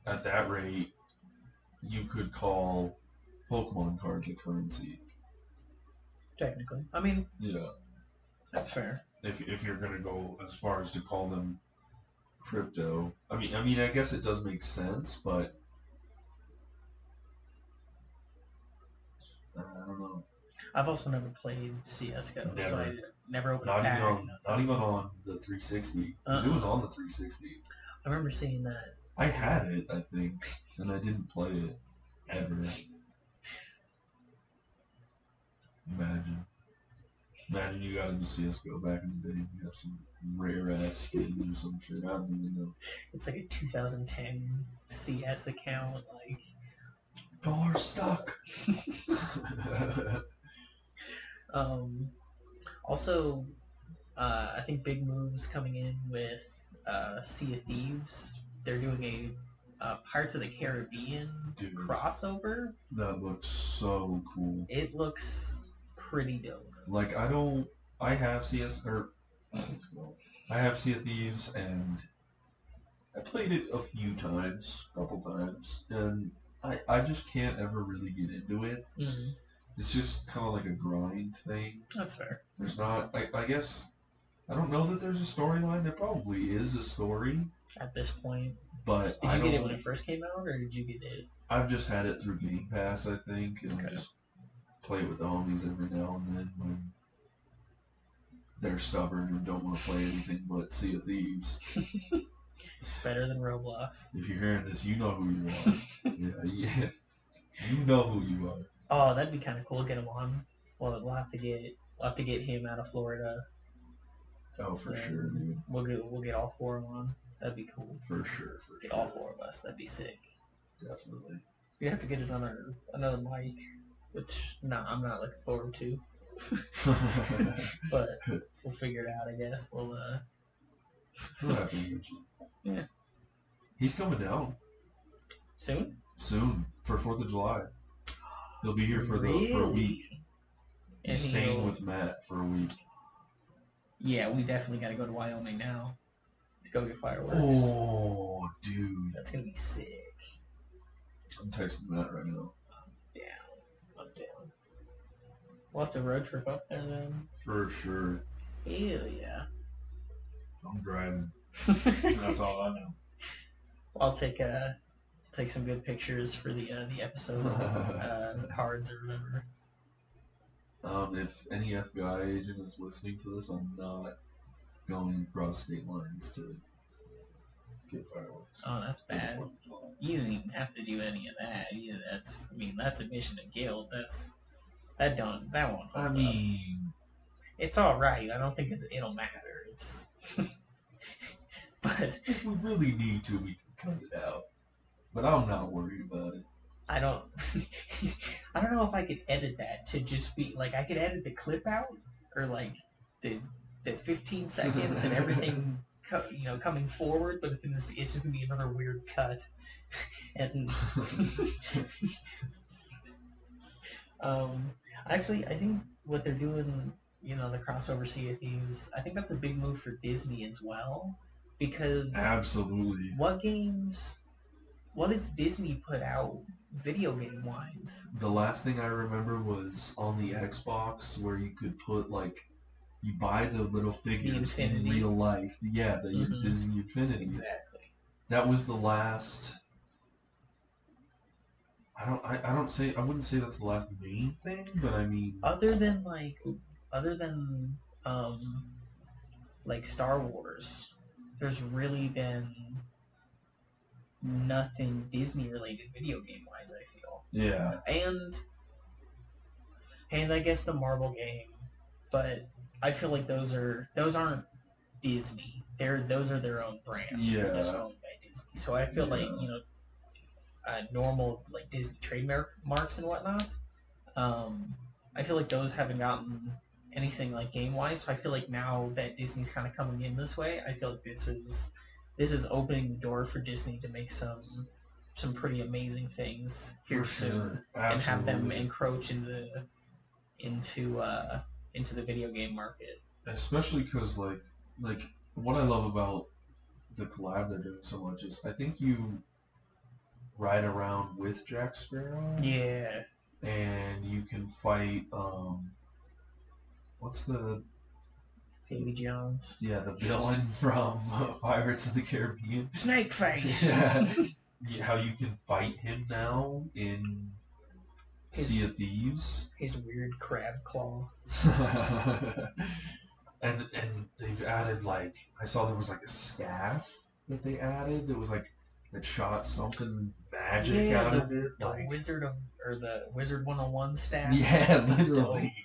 S2: at that rate, you could call Pokemon cards a currency.
S1: Technically. I mean,
S2: Yeah,
S1: that's fair.
S2: if if you're gonna go as far as to call them crypto, I mean, I mean, I guess it does make sense, but I don't know.
S1: I've also never played CSGO, so
S2: Never.
S1: I never opened a
S2: Not
S1: pack.
S2: even on,
S1: nothing.
S2: not even on the 360. 'cause it was on the 360.
S1: I remember seeing that.
S2: I had it, I think, and I didn't play it ever. Imagine. Imagine you got into CSGO back in the day and you have some rare ass skins or some shit. I don't even know.
S1: It's like a 2010 CS account, like
S2: Dollar stuck.
S1: Um, also, uh, I think big moves coming in with uh, Sea of Thieves. They're doing a uh, Pirates of the Caribbean
S2: Dude.
S1: crossover.
S2: that looked so cool.
S1: It looks pretty dope.
S2: Like I don't I have CS or I have Sea of Thieves and I played it a few times, couple times, and I, I just can't ever really get into it.
S1: Mm,
S2: It's just kind of like a grind thing.
S1: that's fair.
S2: There's not, I, I guess, I don't know that there's a storyline. There probably is a story,
S1: At this point,
S2: but
S1: did
S2: I
S1: you
S2: don't.
S1: get it when it first came out, or did you get it?
S2: I've just had it through Game Pass, I think, and I
S1: Okay.
S2: just play it with the homies every now and then when they're stubborn and don't want to play anything but Sea of Thieves.
S1: Better than Roblox.
S2: If you're hearing this, you know who you are. yeah, yeah, you know who you are.
S1: Oh, that'd be kind of cool. Get him on. Well, we'll have to get we'll have to get him out of Florida.
S2: Oh, for
S1: Yeah.
S2: sure, dude.
S1: We'll get we'll get all four of 'em on. That'd be cool.
S2: For sure, for
S1: Get all
S2: sure,
S1: four of us. That'd be sick.
S2: definitely.
S1: We have to get another another mic, which no, I'm not looking forward to.
S2: what
S1: But we'll figure it out, I guess. We'll uh,
S2: happened, Richie?
S1: Yeah.
S2: He's coming down.
S1: soon.
S2: soon for Fourth of July. He'll be here for the for a week.
S1: And
S2: He's staying
S1: he'll-
S2: with Matt for a week.
S1: Yeah, we definitely got to go to Wyoming now to go get fireworks.
S2: Oh, dude!
S1: That's gonna be sick.
S2: I'm texting Matt right now.
S1: I'm down. We'll have to road trip up there then.
S2: For sure,
S1: Hell yeah.
S2: I'm driving. That's all I know.
S1: I'll take uh take some good pictures for the uh, the episode uh, cards or whatever.
S2: Um, if any FBI agent is listening to this, I'm not going across state lines to get fireworks.
S1: Oh, that's
S2: for the
S1: bad.
S2: 4th of July.
S1: You didn't even have to do any of that. Yeah, that's I mean that's admission of guilt. That's that don't that won't. hold
S2: I
S1: up.
S2: mean,
S1: it's all right. I don't think it, it'll matter. It's but
S2: if we really need to, we can cut it out. But I'm not worried about it.
S1: I don't I don't know if I could edit that to just be like I could edit the clip out or like the the 15 seconds and everything co- you know coming forward but then it's, it's just gonna be another weird cut and um actually I think what they're doing you know the crossover Sea of Thieves I think that's a big move for Disney as well because
S2: Absolutely.
S1: what games what has Disney put out video game wise?
S2: The last thing I remember was on the Xbox where you could put like you buy the little figures in
S1: Infinity.
S2: real life. Yeah, the
S1: Mhm.
S2: Disney Infinity.
S1: Exactly.
S2: That was the last. I don't. I, I don't say. I wouldn't say that's the last main thing, but I mean,
S1: Other than like other than um like Star Wars, there's really been nothing Disney related video game wise, I feel.
S2: yeah,
S1: And and I guess the Marvel game, but I feel like those are those aren't Disney. They're those are their own brands. They're just
S2: Yeah.
S1: owned by Disney. So I feel like
S2: Yeah.
S1: you know, uh, normal like Disney trademark marks and whatnot. Um, I feel like those haven't gotten anything like game wise. So I feel like now that Disney's kind of coming in this way, I feel like this is this is opening the door for Disney to make some some pretty amazing things here
S2: for
S1: soon
S2: sure,
S1: and have them
S2: absolutely.
S1: encroach into into uh into the video game market.
S2: Especially because, like, like what I love about the collab they're doing so much is I think you ride around with Jack Sparrow,
S1: Yeah.
S2: and you can fight. Um, what's the
S1: Davy Jones.
S2: yeah the villain from Pirates of the Caribbean?
S1: Snake face.
S2: Yeah. Yeah, how you can fight him now in
S1: His-
S2: Sea of Thieves.
S1: His weird crab claw.
S2: and and they've added like I saw there was like a staff that they added that was like that shot something magic
S1: Yeah,
S2: out
S1: the-
S2: of it.
S1: The
S2: like-
S1: wizard of or the wizard 101 staff.
S2: yeah,
S1: That's dope.
S2: literally.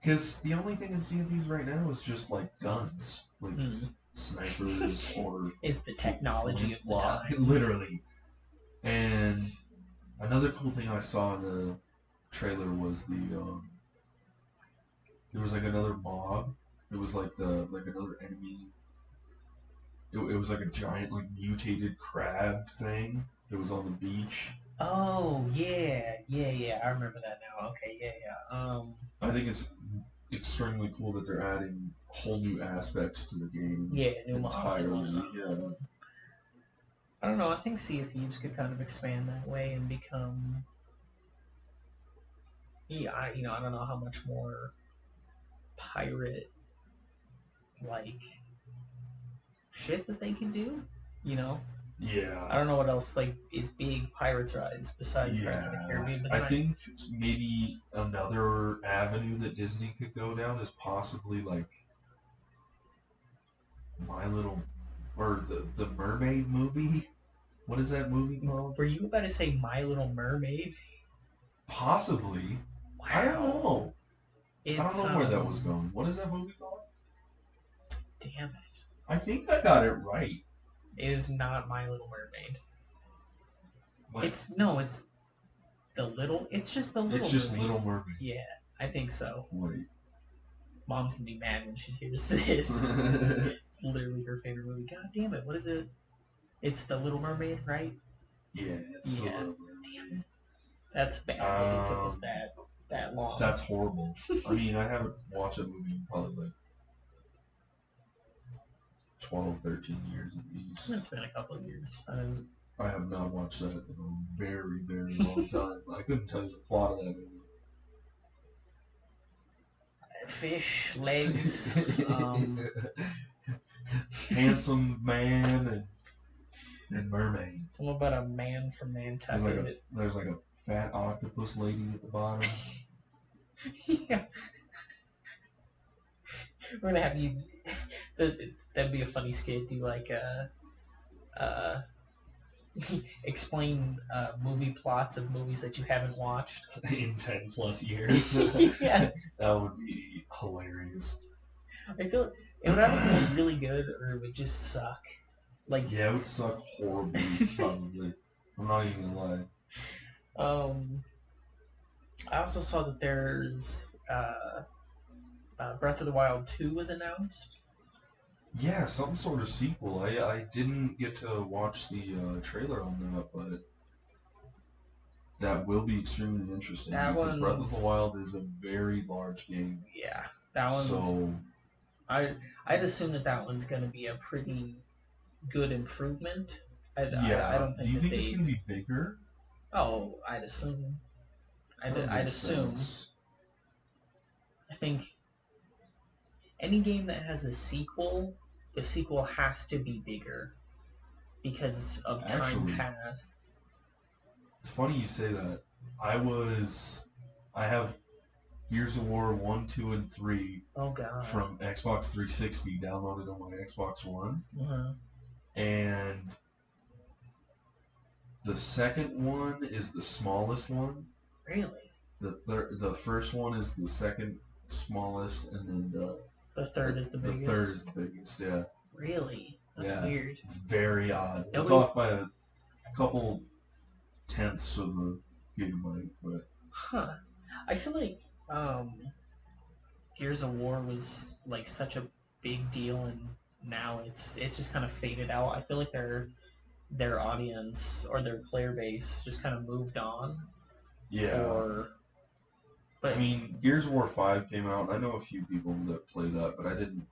S2: Because the only thing in Sea of Thieves right now is just like guns, like
S1: Hmm.
S2: snipers or
S1: Is the technology of the
S2: Flintlock,
S1: time.
S2: literally. And another cool thing I saw in the trailer was the um, there was like another mob. It was like the like another enemy. It, it was like a giant like mutated crab thing that was on the beach.
S1: Oh yeah, yeah, yeah. I remember that now. Okay, yeah, yeah. Um,
S2: I think it's extremely cool that they're adding whole new aspects to the game
S1: yeah, new models and
S2: entirely.
S1: whatnot.
S2: Yeah.
S1: I don't know. I think Sea of Thieves could kind of expand that way and become. Yeah, I, you know, I don't know how much more pirate like shit that they can do. You know, I
S2: Yeah.
S1: don't know what else like is big pirates rise besides Pirates of the
S2: Yeah,
S1: Caribbean. But
S2: I
S1: then I
S2: think maybe another avenue that Disney could go down is possibly like My Little or the the Mermaid movie. What is that movie called?
S1: were you about to say My Little Mermaid?
S2: Possibly.
S1: Wow,
S2: I don't know.
S1: It's,
S2: I don't know where that
S1: um,
S2: was going. What is that movie called?
S1: Damn it!
S2: I think I got it right.
S1: It is not My Little Mermaid.
S2: Like,
S1: It's no, it's the little. It's just the little.
S2: it's just
S1: mermaid.
S2: Little Mermaid.
S1: Yeah, I think so.
S2: Wait.
S1: Mom's gonna be mad when she hears this. it's literally her favorite movie. God damn it, what is it? It's The Little Mermaid, right?
S2: Yeah, it's still
S1: Yeah.
S2: over.
S1: Damn it. That's bad. that it took us
S2: Um,
S1: that that long.
S2: That's horrible. I mean, I haven't watched that movie in probably like 12, 13 years at least.
S1: it's been a couple of years. Um,
S2: I have not watched that in a very, very long time. I couldn't tell you the plot of that
S1: fish legs.
S2: movie.
S1: um,
S2: Handsome man and, and mermaid.
S1: something about a man from
S2: There's like, a,
S1: Nantucket.
S2: there's like a fat octopus lady at the bottom.
S1: yeah. We're gonna have you. that- That'd be a funny skit. Do like uh, uh, explain uh, movie plots of movies that you haven't watched.
S2: in 10 plus years.
S1: yeah,
S2: that would be hilarious.
S1: I feel it would either be really good or it would just suck. Like
S2: Yeah, it would suck horribly, probably. I'm not even gonna lie.
S1: Um, I also saw that there's uh, uh, Breath of the Wild two was announced.
S2: Yeah, some sort of sequel. I, I didn't get to watch the uh, trailer on that, but that will be extremely interesting
S1: That
S2: because Breath of
S1: one's-
S2: the Wild is a very large game.
S1: Yeah, that one's.
S2: So
S1: I I'd assume that that one's going to be a pretty good improvement. I'd,
S2: yeah,
S1: I, I don't think
S2: do
S1: that
S2: you think
S1: they.
S2: it's gonna be bigger?
S1: Oh, I'd assume. I'd,
S2: That would
S1: I'd
S2: make
S1: assume.
S2: sense.
S1: I think any game that has a sequel, the sequel has to be bigger because of time
S2: Actually-
S1: past.
S2: It's funny you say that. I was, I have Gears of War one, two, and three
S1: Oh god.
S2: from Xbox 360 downloaded on my Xbox One.
S1: Mhm.
S2: and the second one is the smallest one.
S1: Really.
S2: The thir- the first one is the second smallest, and then the
S1: The third is the
S2: the
S1: biggest.
S2: third is the biggest. Yeah,
S1: Really? That's
S2: Yeah.
S1: weird.
S2: it's very odd. It's
S1: Nobody-
S2: off by a couple tenths of a gigabyte, but
S1: Huh. I feel like um Gears of War was like such a big deal and now it's it's just kind of faded out. I feel like their their audience or their player base just kind of moved on
S2: yeah.
S1: or but
S2: I mean, Gears of War Five came out. I know a few people that play that, but I didn't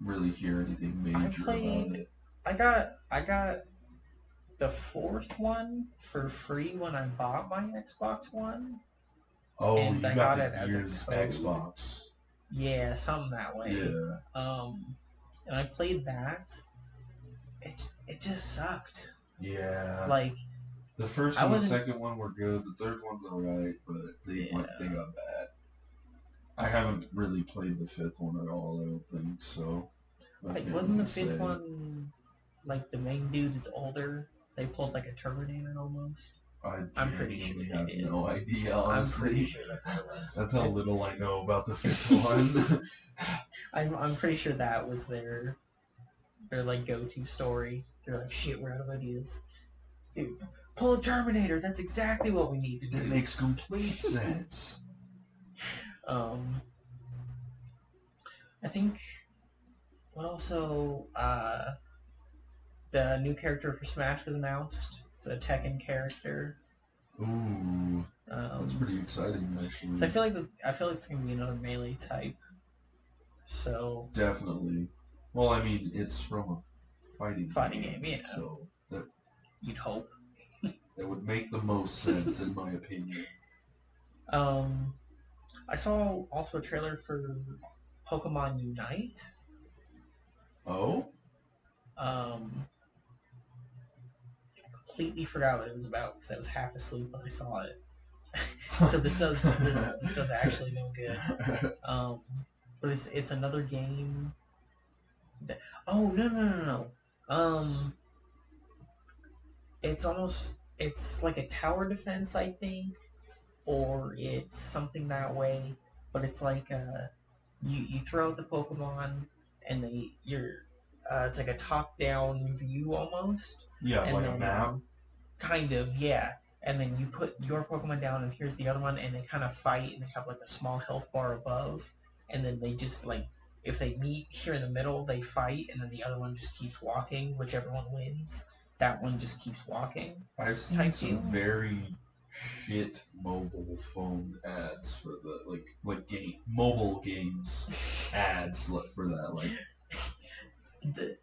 S2: really hear anything major
S1: played-
S2: about it.
S1: I got I got the fourth one for free when I bought my Xbox One.
S2: Oh,
S1: and
S2: you
S1: I got
S2: got, the
S1: it as a
S2: Gears
S1: code.
S2: Xbox.
S1: Yeah, something that way.
S2: Yeah.
S1: Um, and I played that. It it just sucked.
S2: Yeah.
S1: Like
S2: The first
S1: I
S2: and the
S1: wasn't-
S2: second one were good. The third one's alright, but they went they got bad. I haven't really played the fifth one at all. I don't think so. I
S1: like
S2: can't
S1: wasn't the
S2: really
S1: fifth
S2: say.
S1: one like the main dude is older? They pulled like a Terminator almost.
S2: I
S1: I'm pretty sure
S2: genuinely
S1: they
S2: have
S1: did.
S2: no idea.
S1: I'm pretty
S2: Honestly,
S1: sure that's what it was.
S2: that's how little I know about the fifth one.
S1: I'm I'm pretty sure that was their their like go to story. They're like, shit, we're out of ideas. Dude, pull a Terminator. That's exactly what we need to do.
S2: that makes complete sense.
S1: Um, I think. Well, also, uh, the new character for Smash was announced. It's a Tekken character.
S2: Ooh, that's
S1: Um,
S2: pretty exciting actually.
S1: so I feel like the, I feel like it's gonna be another melee type. So
S2: Definitely. Well, I mean, it's from a fighting
S1: Fighting game, yeah.
S2: So that
S1: you'd hope.
S2: that would make the most sense in my opinion.
S1: Um, I saw also a trailer for Pokemon Unite.
S2: Oh,
S1: Um, completely forgot what it was about because I was half asleep when I saw it. so this does this, this does actually no good. Um, but it's it's another game. That, oh no no no no. Um, it's almost it's like a tower defense, I think, or it's something that way. But it's like uh, you you throw out the Pokemon and they you're uh, it's like a top down view almost
S2: yeah,
S1: and
S2: like a
S1: then,
S2: map.
S1: um, Kind of, yeah. And then you put your Pokemon down, and here's the other one, and they kind of fight, and they have like a small health bar above, and then they just like if they meet here in the middle, they fight, and then the other one just keeps walking, whichever one wins. that one just keeps walking.
S2: I've seen
S1: Type
S2: some
S1: deal.
S2: very shit mobile phone ads for the like like game mobile games ads li- for that like
S1: The,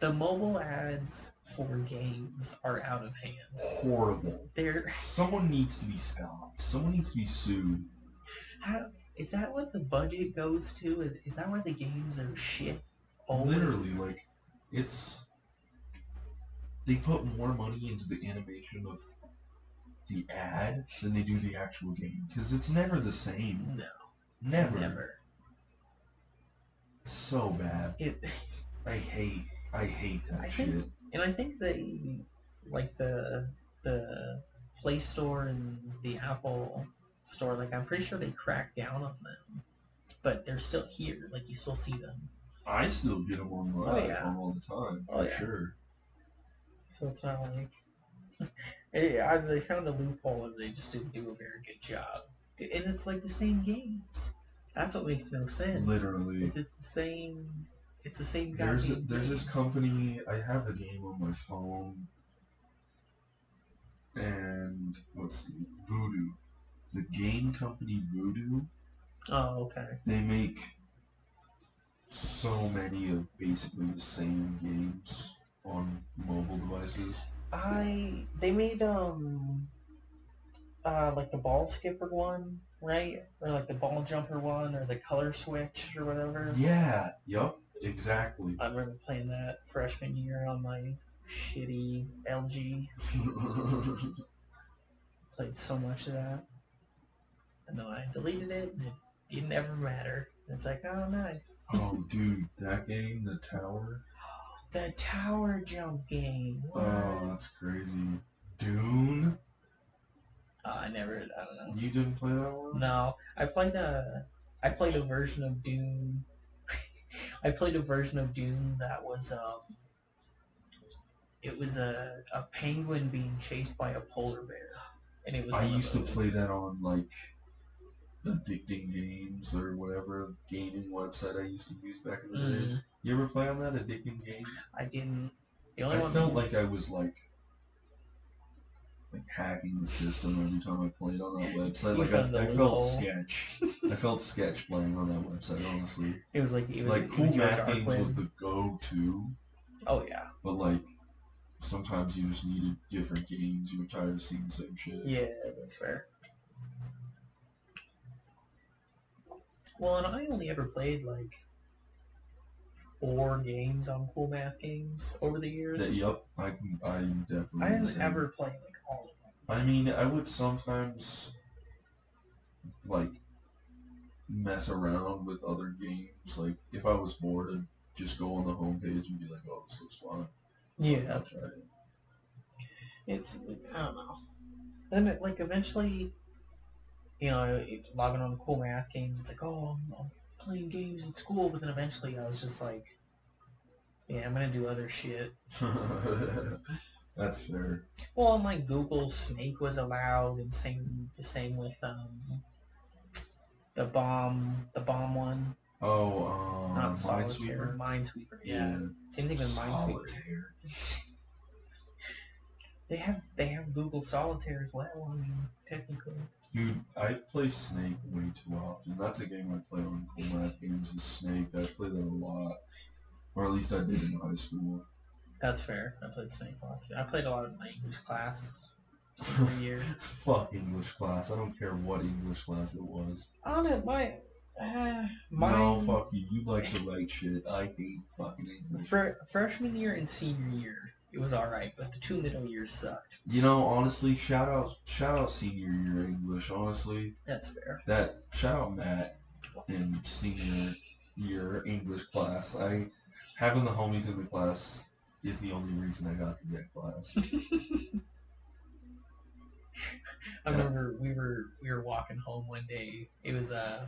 S1: the mobile ads for games are out of hand.
S2: horrible.
S1: They're
S2: Someone needs to be stopped. Someone needs to be sued.
S1: how is that what the budget goes to? Is, is that why the games are shit? always?
S2: Literally, like it's they put more money into the animation of the ad than they do the actual game because it's never the same.
S1: no,
S2: Never.
S1: never.
S2: It's so bad.
S1: It,
S2: I hate. I hate that
S1: I
S2: shit.
S1: think- and I think they like the the Play Store and the Apple Store. Like I'm pretty sure they cracked down on them, but they're still here. Like you still see them.
S2: I still get them on my
S1: Oh,
S2: iPhone
S1: yeah.
S2: all the time for
S1: Oh, yeah.
S2: sure.
S1: So it's not like Eh, I- they found a loophole and they just didn't do a very good job. And it's like the same games. That's what makes no sense.
S2: Literally.
S1: Is it the same? It's the same guy.
S2: There's there's this company. I have a game on my phone, and let's see, Voodoo, the game company Voodoo.
S1: Oh, okay.
S2: They make so many of basically the same games on mobile devices.
S1: I they made um uh like the ball skipper one, right? Or like the ball jumper one, or the color switch or whatever.
S2: Yeah. Yup. Exactly.
S1: I remember playing that freshman year on my shitty LG. Played so much of that, and then I deleted it, and it didn't ever matter. It's like, oh, nice.
S2: oh, dude, that game, The Tower.
S1: The tower jump game. What?
S2: Oh, that's crazy. Dune.
S1: Uh, I never. I don't know.
S2: You didn't play that one?
S1: No, I played a I played a version of Doom. I played a version of Doom that was um it was a, a penguin being chased by a polar bear. And it was
S2: I
S1: one of
S2: used to
S1: those.
S2: play that on like addicting games or whatever gaming website I used to use back in the day.
S1: Mm,
S2: You ever play on that addicting games?
S1: I didn't the only
S2: I
S1: one
S2: felt like I was like like hacking the system every time I played on that website.
S1: You
S2: Like
S1: found
S2: I,
S1: the
S2: I felt
S1: loophole.
S2: sketch. I felt sketch playing on that website. Honestly,
S1: it was like it was
S2: like
S1: it
S2: cool
S1: was your
S2: math
S1: dark
S2: games was
S1: web.
S2: the go-to,
S1: Oh yeah.
S2: but like sometimes you just needed different games. You were tired of seeing the same shit.
S1: Yeah, that's fair. Well and I only ever played like four games on cool math games over the years.
S2: That, yep, I can. I definitely.
S1: I
S2: say-
S1: haven't ever played like all of them.
S2: I mean, I would sometimes like mess around with other games. Like if I was bored, I'd just go on the homepage and be like, "Oh, this looks fun."
S1: Yeah,
S2: I'll try it.
S1: it's I don't know. Then it, like eventually, you know, it- logging on to cool math games, it's like oh, I'm, I'm playing games at school, but then eventually I was just like, yeah, I'm gonna do other shit.
S2: That's fair.
S1: Well, on like Google Snake was allowed, and same the same with um the bomb the bomb one,
S2: Oh, um,
S1: not solitaire,
S2: Minesweeper.
S1: Minesweeper. Yeah, same thing with Minesweeper.
S2: solitaire.
S1: They have they have Google Solitaire as well. I mean, technically.
S2: Dude, I play Snake way too often. That's a game I play on Cool Math Games. Is Snake? I play that a lot, or at least I did in high school.
S1: That's fair. I played Snake a lot too. I played a lot in my English class senior year.
S2: Fuck English class. I don't care what English class it was.
S1: On it, my uh,
S2: No,
S1: my
S2: fuck you. You like the right shit. I hate fucking English.
S1: fr- freshman year and senior year, it was all right, but the two middle years sucked.
S2: You know, honestly, shout out, shout out senior year English. Honestly,
S1: That's fair.
S2: that shout out Matt in senior year English class. I having the homies in the class is the only reason I got to that class.
S1: I
S2: Yeah.
S1: remember we were we were walking home one day. It was uh,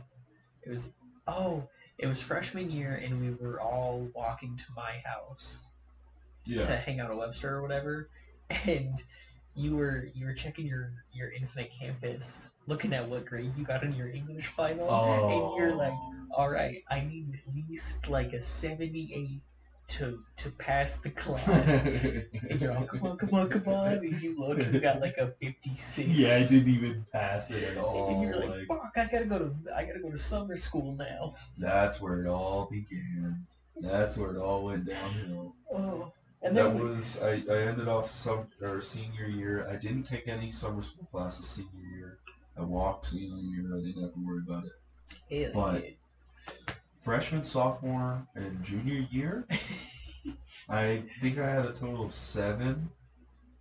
S1: it was oh, it was freshman year, and we were all walking to my house.
S2: Yeah.
S1: to hang out at Webster or whatever, and you were you were checking your your infinite campus, looking at what grade you got in your English final,
S2: Oh.
S1: and you're like, all right, I need at least like a seventy eight to to pass the class. and "Oh." you're all, come on, come on, come on. And you look, he's got like a 56.
S3: Yeah, I didn't even pass it at
S1: And
S3: all.
S2: Oh,
S1: you're like,
S3: like,
S1: fuck, I gotta go to I gotta go to summer school now.
S3: that's where it all began. That's where it all went downhill.
S1: Oh. And
S2: that
S1: then we-
S2: was I, I ended off some or senior year. I didn't take any summer school classes senior year. I walked senior year. I didn't have to worry about it.
S1: Hell
S2: but-
S1: yeah.
S2: Freshman, sophomore, and junior year, I think I had a total of seven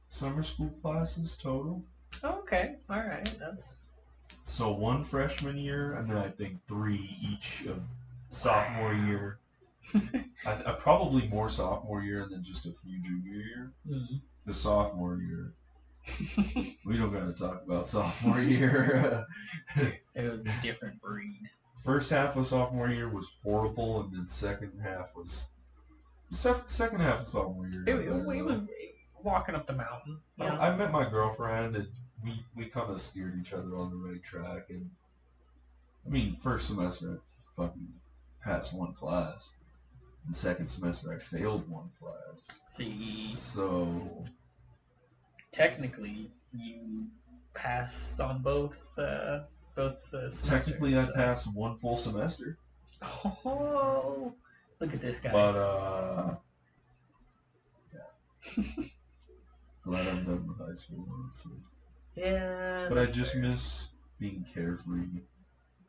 S2: summer school classes total.
S1: Okay, alright. That's
S2: So one freshman year, and then I think three each of sophomore year. I, I probably more sophomore year than just a few junior year.
S1: mm.
S2: The sophomore year. we don't got to talk about sophomore year.
S1: it was a different breed.
S2: First half of sophomore year was horrible, and then second half was. se- Second half of sophomore year.
S1: It,
S2: got
S1: it,
S2: better,
S1: it
S2: though.
S1: was walking up the mountain. Oh, You know?
S2: I, I met my girlfriend and we, we kind of steered each other on the right track. And I mean, first semester I fucking passed one class, and second semester I failed one class.
S1: See
S2: So
S1: technically you passed on both uh, both uh,
S2: technically, I
S1: semesters,
S2: passed one full semester,
S1: so- Oh, look at this guy.
S2: but uh, yeah. glad I'm done with high school, honestly.
S1: yeah,
S2: But I
S1: that's
S2: just
S1: fair.
S2: miss being carefree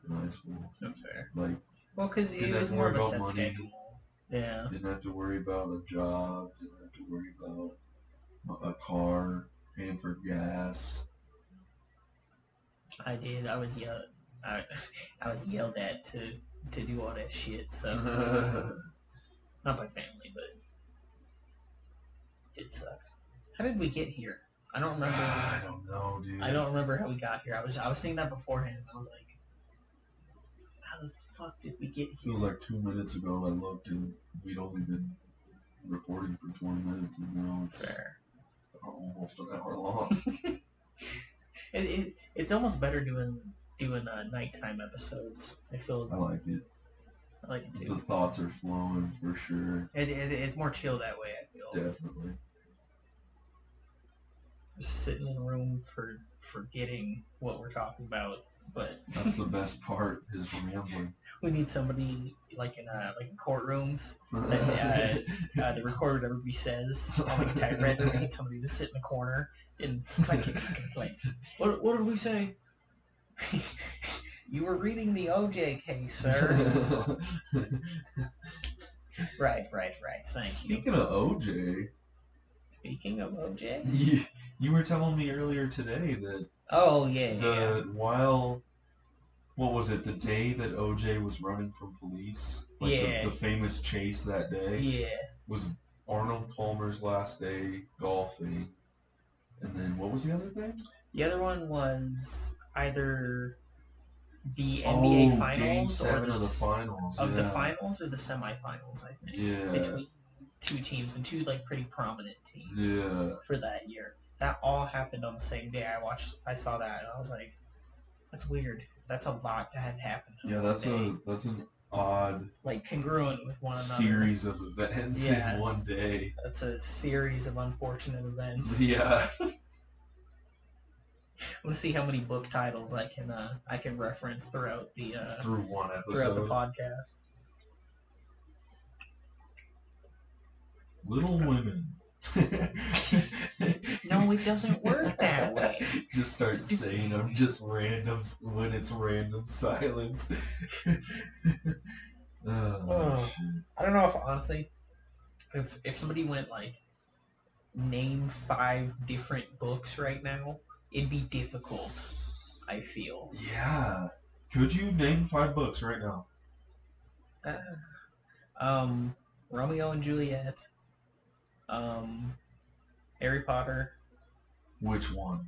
S2: in high school.
S1: That's fair.
S2: Like
S1: Well, because
S2: Didn't
S1: it
S2: have
S1: was
S2: to
S1: more
S2: worry
S1: of a
S2: about
S1: set
S2: money.
S1: schedule. Yeah.
S2: Didn't have to worry about a job. Didn't have to worry about a- a car, paying for gas.
S1: I did. I was yelled. I, I was yelled at to to do all that shit. So not by family, but it sucked. How did we get here? I don't remember.
S2: I don't know, dude.
S1: I don't remember how we got here. I was I was thinking that beforehand. and I was like, how the fuck did we get here?
S2: Feels like two minutes ago I looked and we'd only been recording for 20 minutes and now it's
S1: Fair.
S2: almost an hour long.
S1: It, it, it's almost better doing doing uh, nighttime episodes. I feel
S2: I like it.
S1: I like it
S2: The
S1: too.
S2: thoughts are flowing for sure.
S1: It, it, it's more chill that way. I feel.
S2: Definitely.
S1: just sitting in a room for forgetting what we're talking about. But
S2: That's the best part is rambling.
S1: we need somebody like in uh, like in courtrooms Yeah, uh, to record whatever he says on like a typewriter. We need somebody to sit in the corner and click it. It's like, what what did we say? you were reading the OJ case, sir. right, right, right. Thank you.
S2: Speaking of OJ,
S1: Speaking of OJ,
S2: You, you were telling me earlier today that
S1: oh yeah, yeah.
S2: the while what was it the day that OJ was running from police like
S1: Yeah.
S2: the, the famous chase that day
S1: yeah.
S2: was Arnold Palmer's last day golfing and then what was the other thing
S1: The other one was either the NBA
S2: oh
S1: finals
S2: game
S1: or
S2: seven
S1: the,
S2: of the
S1: s-
S2: finals
S1: of the
S2: yeah.
S1: finals or the semifinals, I think,
S2: yeah
S1: between two teams and two like pretty prominent teams
S2: yeah
S1: for that year. That all happened on the same day. I watched, I saw that, and I was like, "That's weird. That's a lot that had happened." in
S2: yeah
S1: one
S2: that's
S1: day."
S2: a that's an odd
S1: like congruent with one another.
S2: series of events
S1: Yeah.
S2: in one day
S1: That's a series of unfortunate events.
S2: yeah
S1: Let's see how many book titles I can uh, I can reference throughout the uh,
S2: through one
S1: throughout the
S2: episode
S1: podcast.
S2: Little Women.
S1: No, it doesn't work that way.
S2: Just start saying them, just random when it's random silence. oh,
S1: Oh.
S2: shit.
S1: I don't know if honestly, if if somebody went like name five different books right now, it'd be difficult. I feel.
S2: Yeah. Could you name five books right now?
S1: Uh, um, Romeo and Juliet. Um, Harry Potter.
S2: Which one?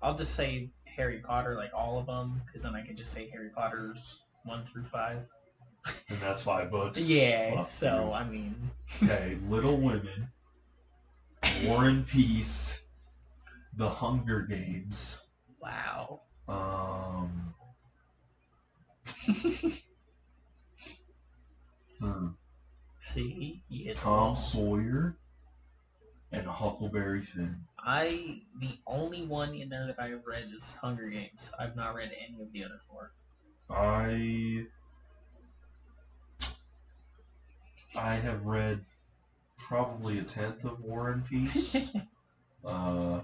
S1: I'll just say Harry Potter, like all of them, because then I can just say Harry Potter's one through five.
S2: And that's five books.
S1: Yeah.
S2: Fuck
S1: so uh, I mean,
S2: you. Okay, Little Women, War and Peace, The Hunger Games.
S1: wow.
S2: Um. huh.
S1: See, you hit the
S2: hmm. Tom
S1: wall.
S2: Sawyer, and Huckleberry Finn.
S1: I the only one in there that I have read is Hunger Games. I've not read any of the other four.
S2: I I have read probably a tenth of War and Peace. uh,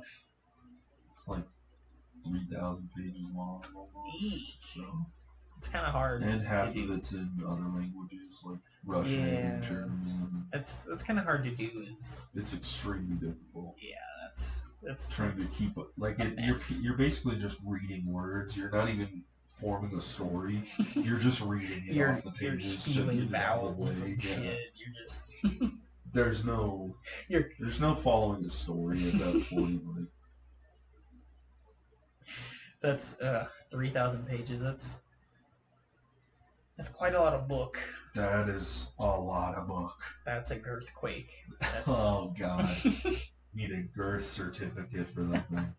S2: it's like three thousand pages long almost.
S1: Eek.
S2: So.
S1: It's kind of hard.
S2: And half
S1: to
S2: of
S1: do.
S2: it's in other languages like Russian and
S1: Yeah.
S2: German.
S1: That's that's kind of hard to do. Is
S2: It's extremely difficult.
S1: that's that's
S2: Trying to keep up, like it, you're
S1: Yes.
S2: you're basically just reading words. You're not even forming a story. You're just reading it
S1: You're
S2: off the
S1: you're
S2: pages to get
S1: stealing
S2: it out of the
S1: vowels
S2: way.
S1: and
S2: Yeah.
S1: shit. You're just
S2: There's no,
S1: You're-
S2: there's no following a story at that point. Like,
S1: that's uh three thousand pages. That's that's quite a lot of book.
S2: that is a lot of book.
S1: That's a earthquake. That's
S2: Oh god, need a girth certificate for that thing.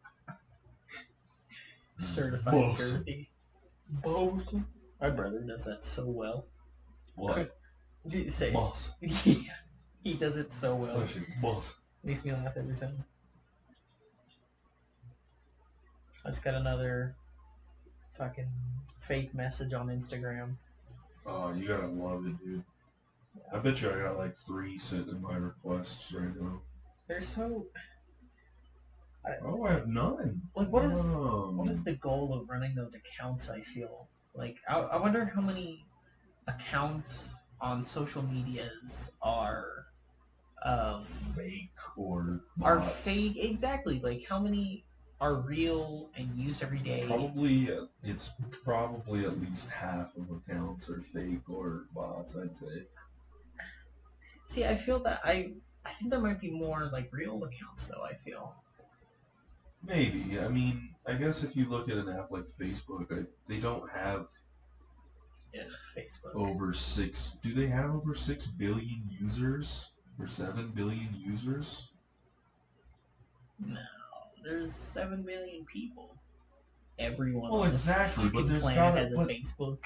S1: certified
S2: Both.
S1: girthy. Both. My brother does that so well.
S2: What?
S1: D- Say.
S2: Boss.
S1: he does it so well.
S2: Push it. Boss.
S1: Makes me laugh every time. I just got another fucking fake message on Instagram.
S2: Oh, you gotta love it, dude. I bet you I got like three sent in my requests right now.
S1: They're so
S2: Oh, I have none.
S1: like what is
S2: Um,
S1: what is the goal of running those accounts? I feel like I, I wonder how many accounts on social medias are um,
S2: fake or
S1: are
S2: bots?
S1: fake exactly like how many are real and used every day
S2: Probably, uh, it's probably at least half of accounts are fake or bots. I'd say.
S1: See, I feel that I I think there might be more like real accounts though. I feel
S2: Maybe. I mean, I guess if you look at an app like Facebook, I, they don't have
S1: yeah, Facebook.
S2: over six. Do they have over six billion users or seven billion users?
S1: No, there's seven million people. Everyone
S2: Well,
S1: on this
S2: Oh, exactly, but
S1: fucking
S2: there's
S1: planet
S2: gotta-
S1: has a
S2: but-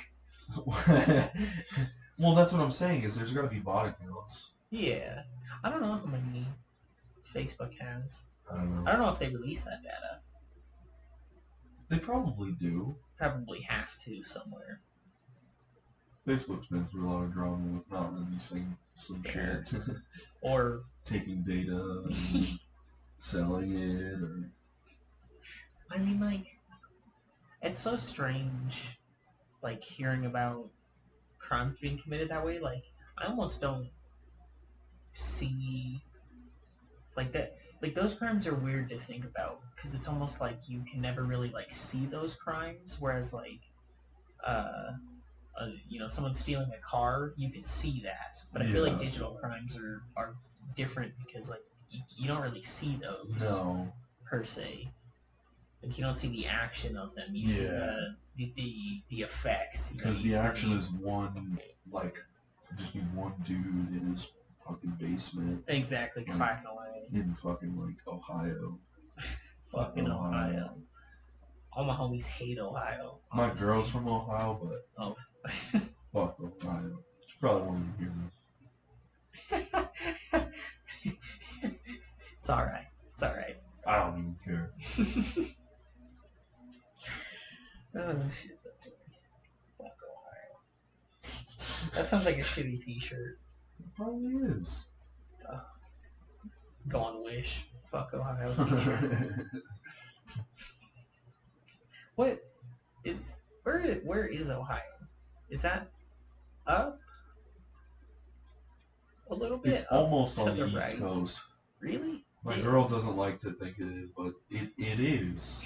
S1: Facebook.
S2: well, that's what I'm saying. Is there's got to be bot accounts?
S1: Yeah, I don't know how many Facebook has.
S2: I
S1: I
S2: don't know.
S1: don't know if they release that data.
S2: They probably do.
S1: Probably have to somewhere.
S2: Facebook's been through a lot of drama with not releasing some shit,
S1: Or
S2: taking data, and selling it, or
S1: I mean, like, it's so strange, like hearing about crimes being committed that way. Like, I almost don't see, like that. Like those crimes are weird to think about because it's almost like you can never really like see those crimes. Whereas like, uh, uh you know, someone stealing a car, you can see that. But I feel like
S2: Yeah.
S1: digital crimes are are different because like you, you don't really see those
S2: no.
S1: per se. Like you don't see the action of them. You see
S2: Yeah.
S1: the, the the the effects. you know,
S2: Because
S1: you
S2: the
S1: see
S2: action is one, like, could just be one dude in his fucking basement
S1: exactly clacking away.
S2: in fucking, like, Ohio.
S1: Fucking Ohio. All my homies hate Ohio.
S2: My
S1: honestly.
S2: girl's from Ohio, but
S1: Oh.
S2: fuck Ohio. She probably won't even hear this.
S1: it's all right. It's all right.
S2: I don't even care.
S1: Oh shit, that's right. Fuck Ohio. That sounds like a shitty T-shirt.
S2: It probably is.
S1: Go on Wish. Fuck Ohio. T-shirt. What is where? Where is Ohio? Is that up a little bit?
S2: it's
S1: up
S2: almost
S1: to
S2: on
S1: the
S2: the east
S1: right.
S2: coast.
S1: Really?
S2: My
S1: Yeah.
S2: girl doesn't like to think it is, but it, it is.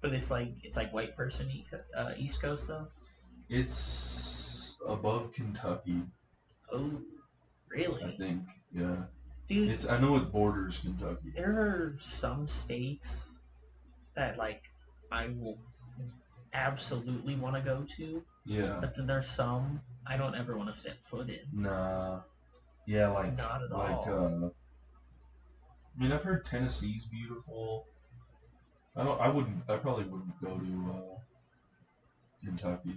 S1: But it's like it's like white person e- uh, East Coast though.
S2: It's above Kentucky,
S1: Oh,
S2: I
S1: really,
S2: think. Yeah.
S1: dude?
S2: It's I know it borders Kentucky.
S1: there are some states that like I will absolutely want to go to,
S2: Yeah.
S1: but then there's some I don't ever want to step foot in.
S2: Nah. Yeah, like
S1: Not at
S2: like uh I mean I've heard Tennessee's beautiful. I don't I wouldn't I probably wouldn't go to uh Kentucky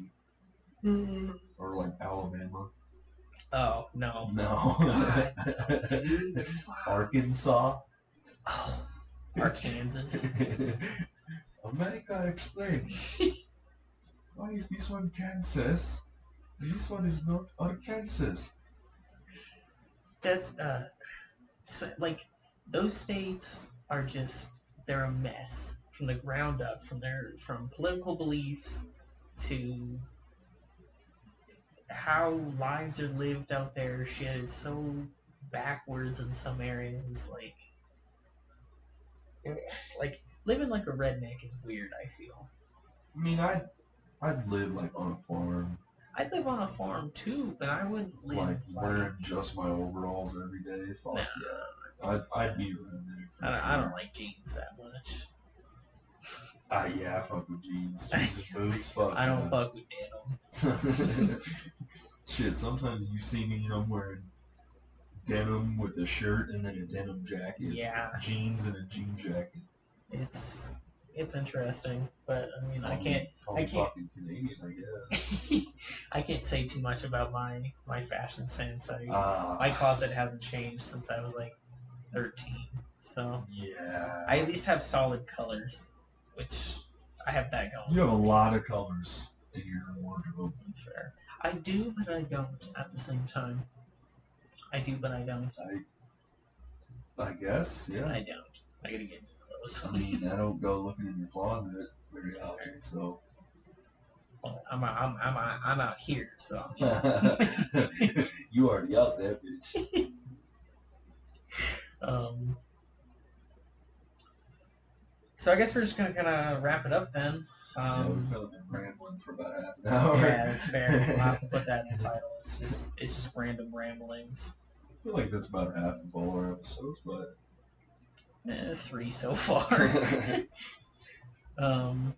S2: or like Alabama.
S1: Oh no.
S2: No.
S1: Dude,
S2: Arkansas.
S1: oh, Arkansas.
S2: America explain. Why is this one Kansas? And this one is not Arkansas.
S1: That's uh, so, like those states are just they're a mess from the ground up, from their from political beliefs to how lives are lived out there. Shit is so backwards in some areas. Like, eh, like living like a redneck is weird. I feel.
S4: I mean, I
S2: I'd live like on a farm,
S1: I live on a farm too, but I wouldn't live
S2: like
S1: like,
S2: wearing just my overalls every day. Fuck
S1: Nah.
S2: yeah. I'd, I'd be redneck. for
S1: I don't, I
S2: sure.
S1: don't like jeans that much.
S2: Ah, yeah, I fuck with jeans, jeans and boots. Fuck.
S1: I don't
S2: yeah.
S1: fuck with denim.
S2: Shit, sometimes you see me and I'm wearing denim with a shirt and then a denim jacket.
S1: Yeah,
S2: Jeans and a jean jacket.
S1: it's it's interesting, but I mean, I
S2: Um,
S1: can't
S2: Probably
S1: I can't-
S2: fucking Canadian, I guess.
S1: I can't say too much about my my fashion sense. I
S2: Ah,
S1: my closet hasn't changed since I was like thirteen, so
S2: Yeah.
S1: I at least have solid colors, which I have that going.
S2: you have a lot of colors in your wardrobe.
S1: That's fair. I do, but I don't at the same time. I do, but I don't.
S2: I guess, yeah.
S1: I don't. I gotta get new
S2: I
S1: clothes.
S2: mean, I don't go looking in your closet very often, so.
S1: I'm I'm I'm I'm out here, so.
S2: you already out there, bitch.
S1: Um, so I guess we're just gonna kind of wrap it up then.
S2: yeah, we've
S1: Um,
S2: kind of been rambling for about half an hour.
S1: yeah, that's fair. We'll have to put that in the title. It's just it's just random ramblings.
S2: I feel like that's about half of all our episodes, but
S1: Eh, three so far. um,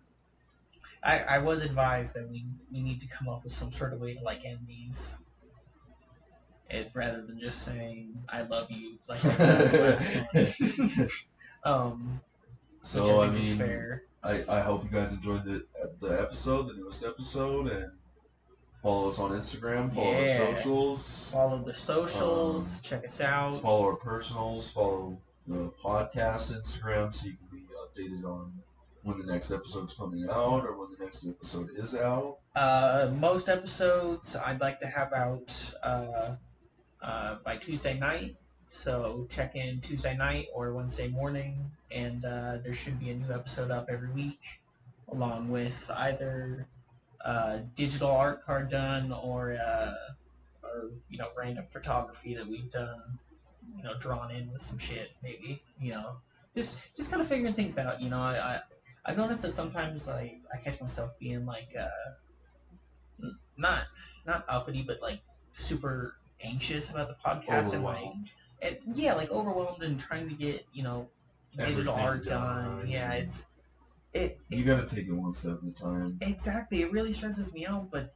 S1: I I was advised that we we need to come up with some sort of way to like end these. It rather than just saying "I love you" like I did the last one. um, which
S2: so I
S1: think is
S2: mean,
S1: fair.
S2: I, I hope you guys enjoyed the the episode, the newest episode, and follow us on Instagram, follow
S1: Yeah.
S2: our socials,
S1: Follow the socials.
S2: um,
S1: check us out.
S2: follow our personals, follow the podcast Instagram, so you can be updated on when the next episode's coming out or when the next episode is out.
S1: Uh, most episodes I'd like to have out uh, uh, by Tuesday night. So check in Tuesday night or Wednesday morning, and uh, there should be a new episode up every week, along with either uh, digital art card done or uh, or you know random photography that we've done, you know drawn in with some shit maybe you know just just kind of figuring things out. You know I, I I've noticed that sometimes like I catch myself being like. Uh, not not uppity, but like super anxious about the podcast and like
S2: Overwhelmed.
S1: it, yeah, like overwhelmed and trying to get you know digital
S2: Everything
S1: art done.
S2: done.
S1: Yeah, it's it,
S2: You gotta take it one step at a time.
S1: exactly. It really stresses me out, but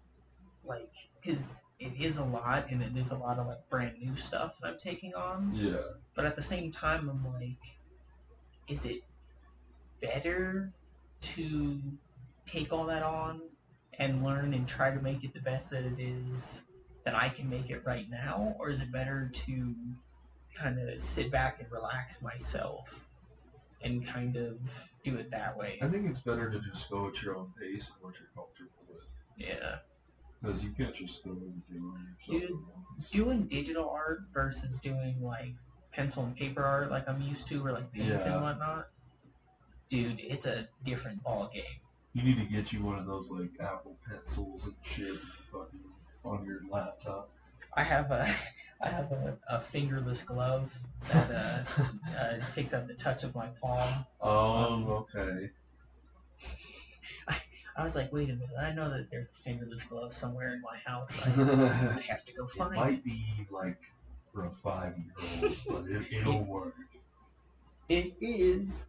S1: like because it is a lot and it is a lot of like brand new stuff that I'm taking on,
S2: Yeah.
S1: but at the same time I'm like, is it better to take all that on and learn and try to make it the best that it is that I can make it right now? Or is it better to kind of sit back and relax myself and kind of do it that way?
S2: I think it's better to just go at your own pace and what you're comfortable with.
S1: Yeah.
S2: Because you can't just throw everything on yourself
S1: Dude.
S2: at once.
S1: Doing digital art versus doing like pencil and paper art like I'm used to or like paint
S2: Yeah.
S1: and whatnot. Dude, it's a different ball game.
S2: You need to get you one of those like Apple pencils and shit fucking on your laptop.
S1: I have a I have a, a fingerless glove that uh, uh, takes up the touch of my palm.
S2: Oh, okay.
S1: I was like, wait a minute, I know that there's a fingerless glove somewhere in my house. I, I
S2: it
S1: have to go find it.
S2: might be like for a five year old, but it, it'll work.
S1: It is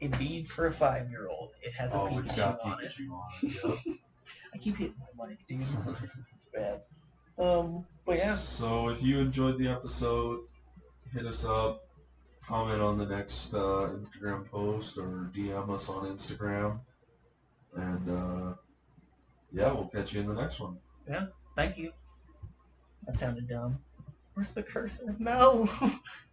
S1: indeed for a five year old. It has a
S2: Oh, it's
S1: Pikachu
S2: got
S1: on it.
S2: Pikachu on it.
S1: I keep hitting my mic, dude.
S2: Yep.
S1: It's bad. Um, but yeah,
S2: So if you enjoyed the episode, hit us up, comment on the next uh, Instagram post, or DM us on Instagram, and uh, yeah, we'll catch you in the next one.
S1: thank you. That sounded dumb. Where's the cursor? No.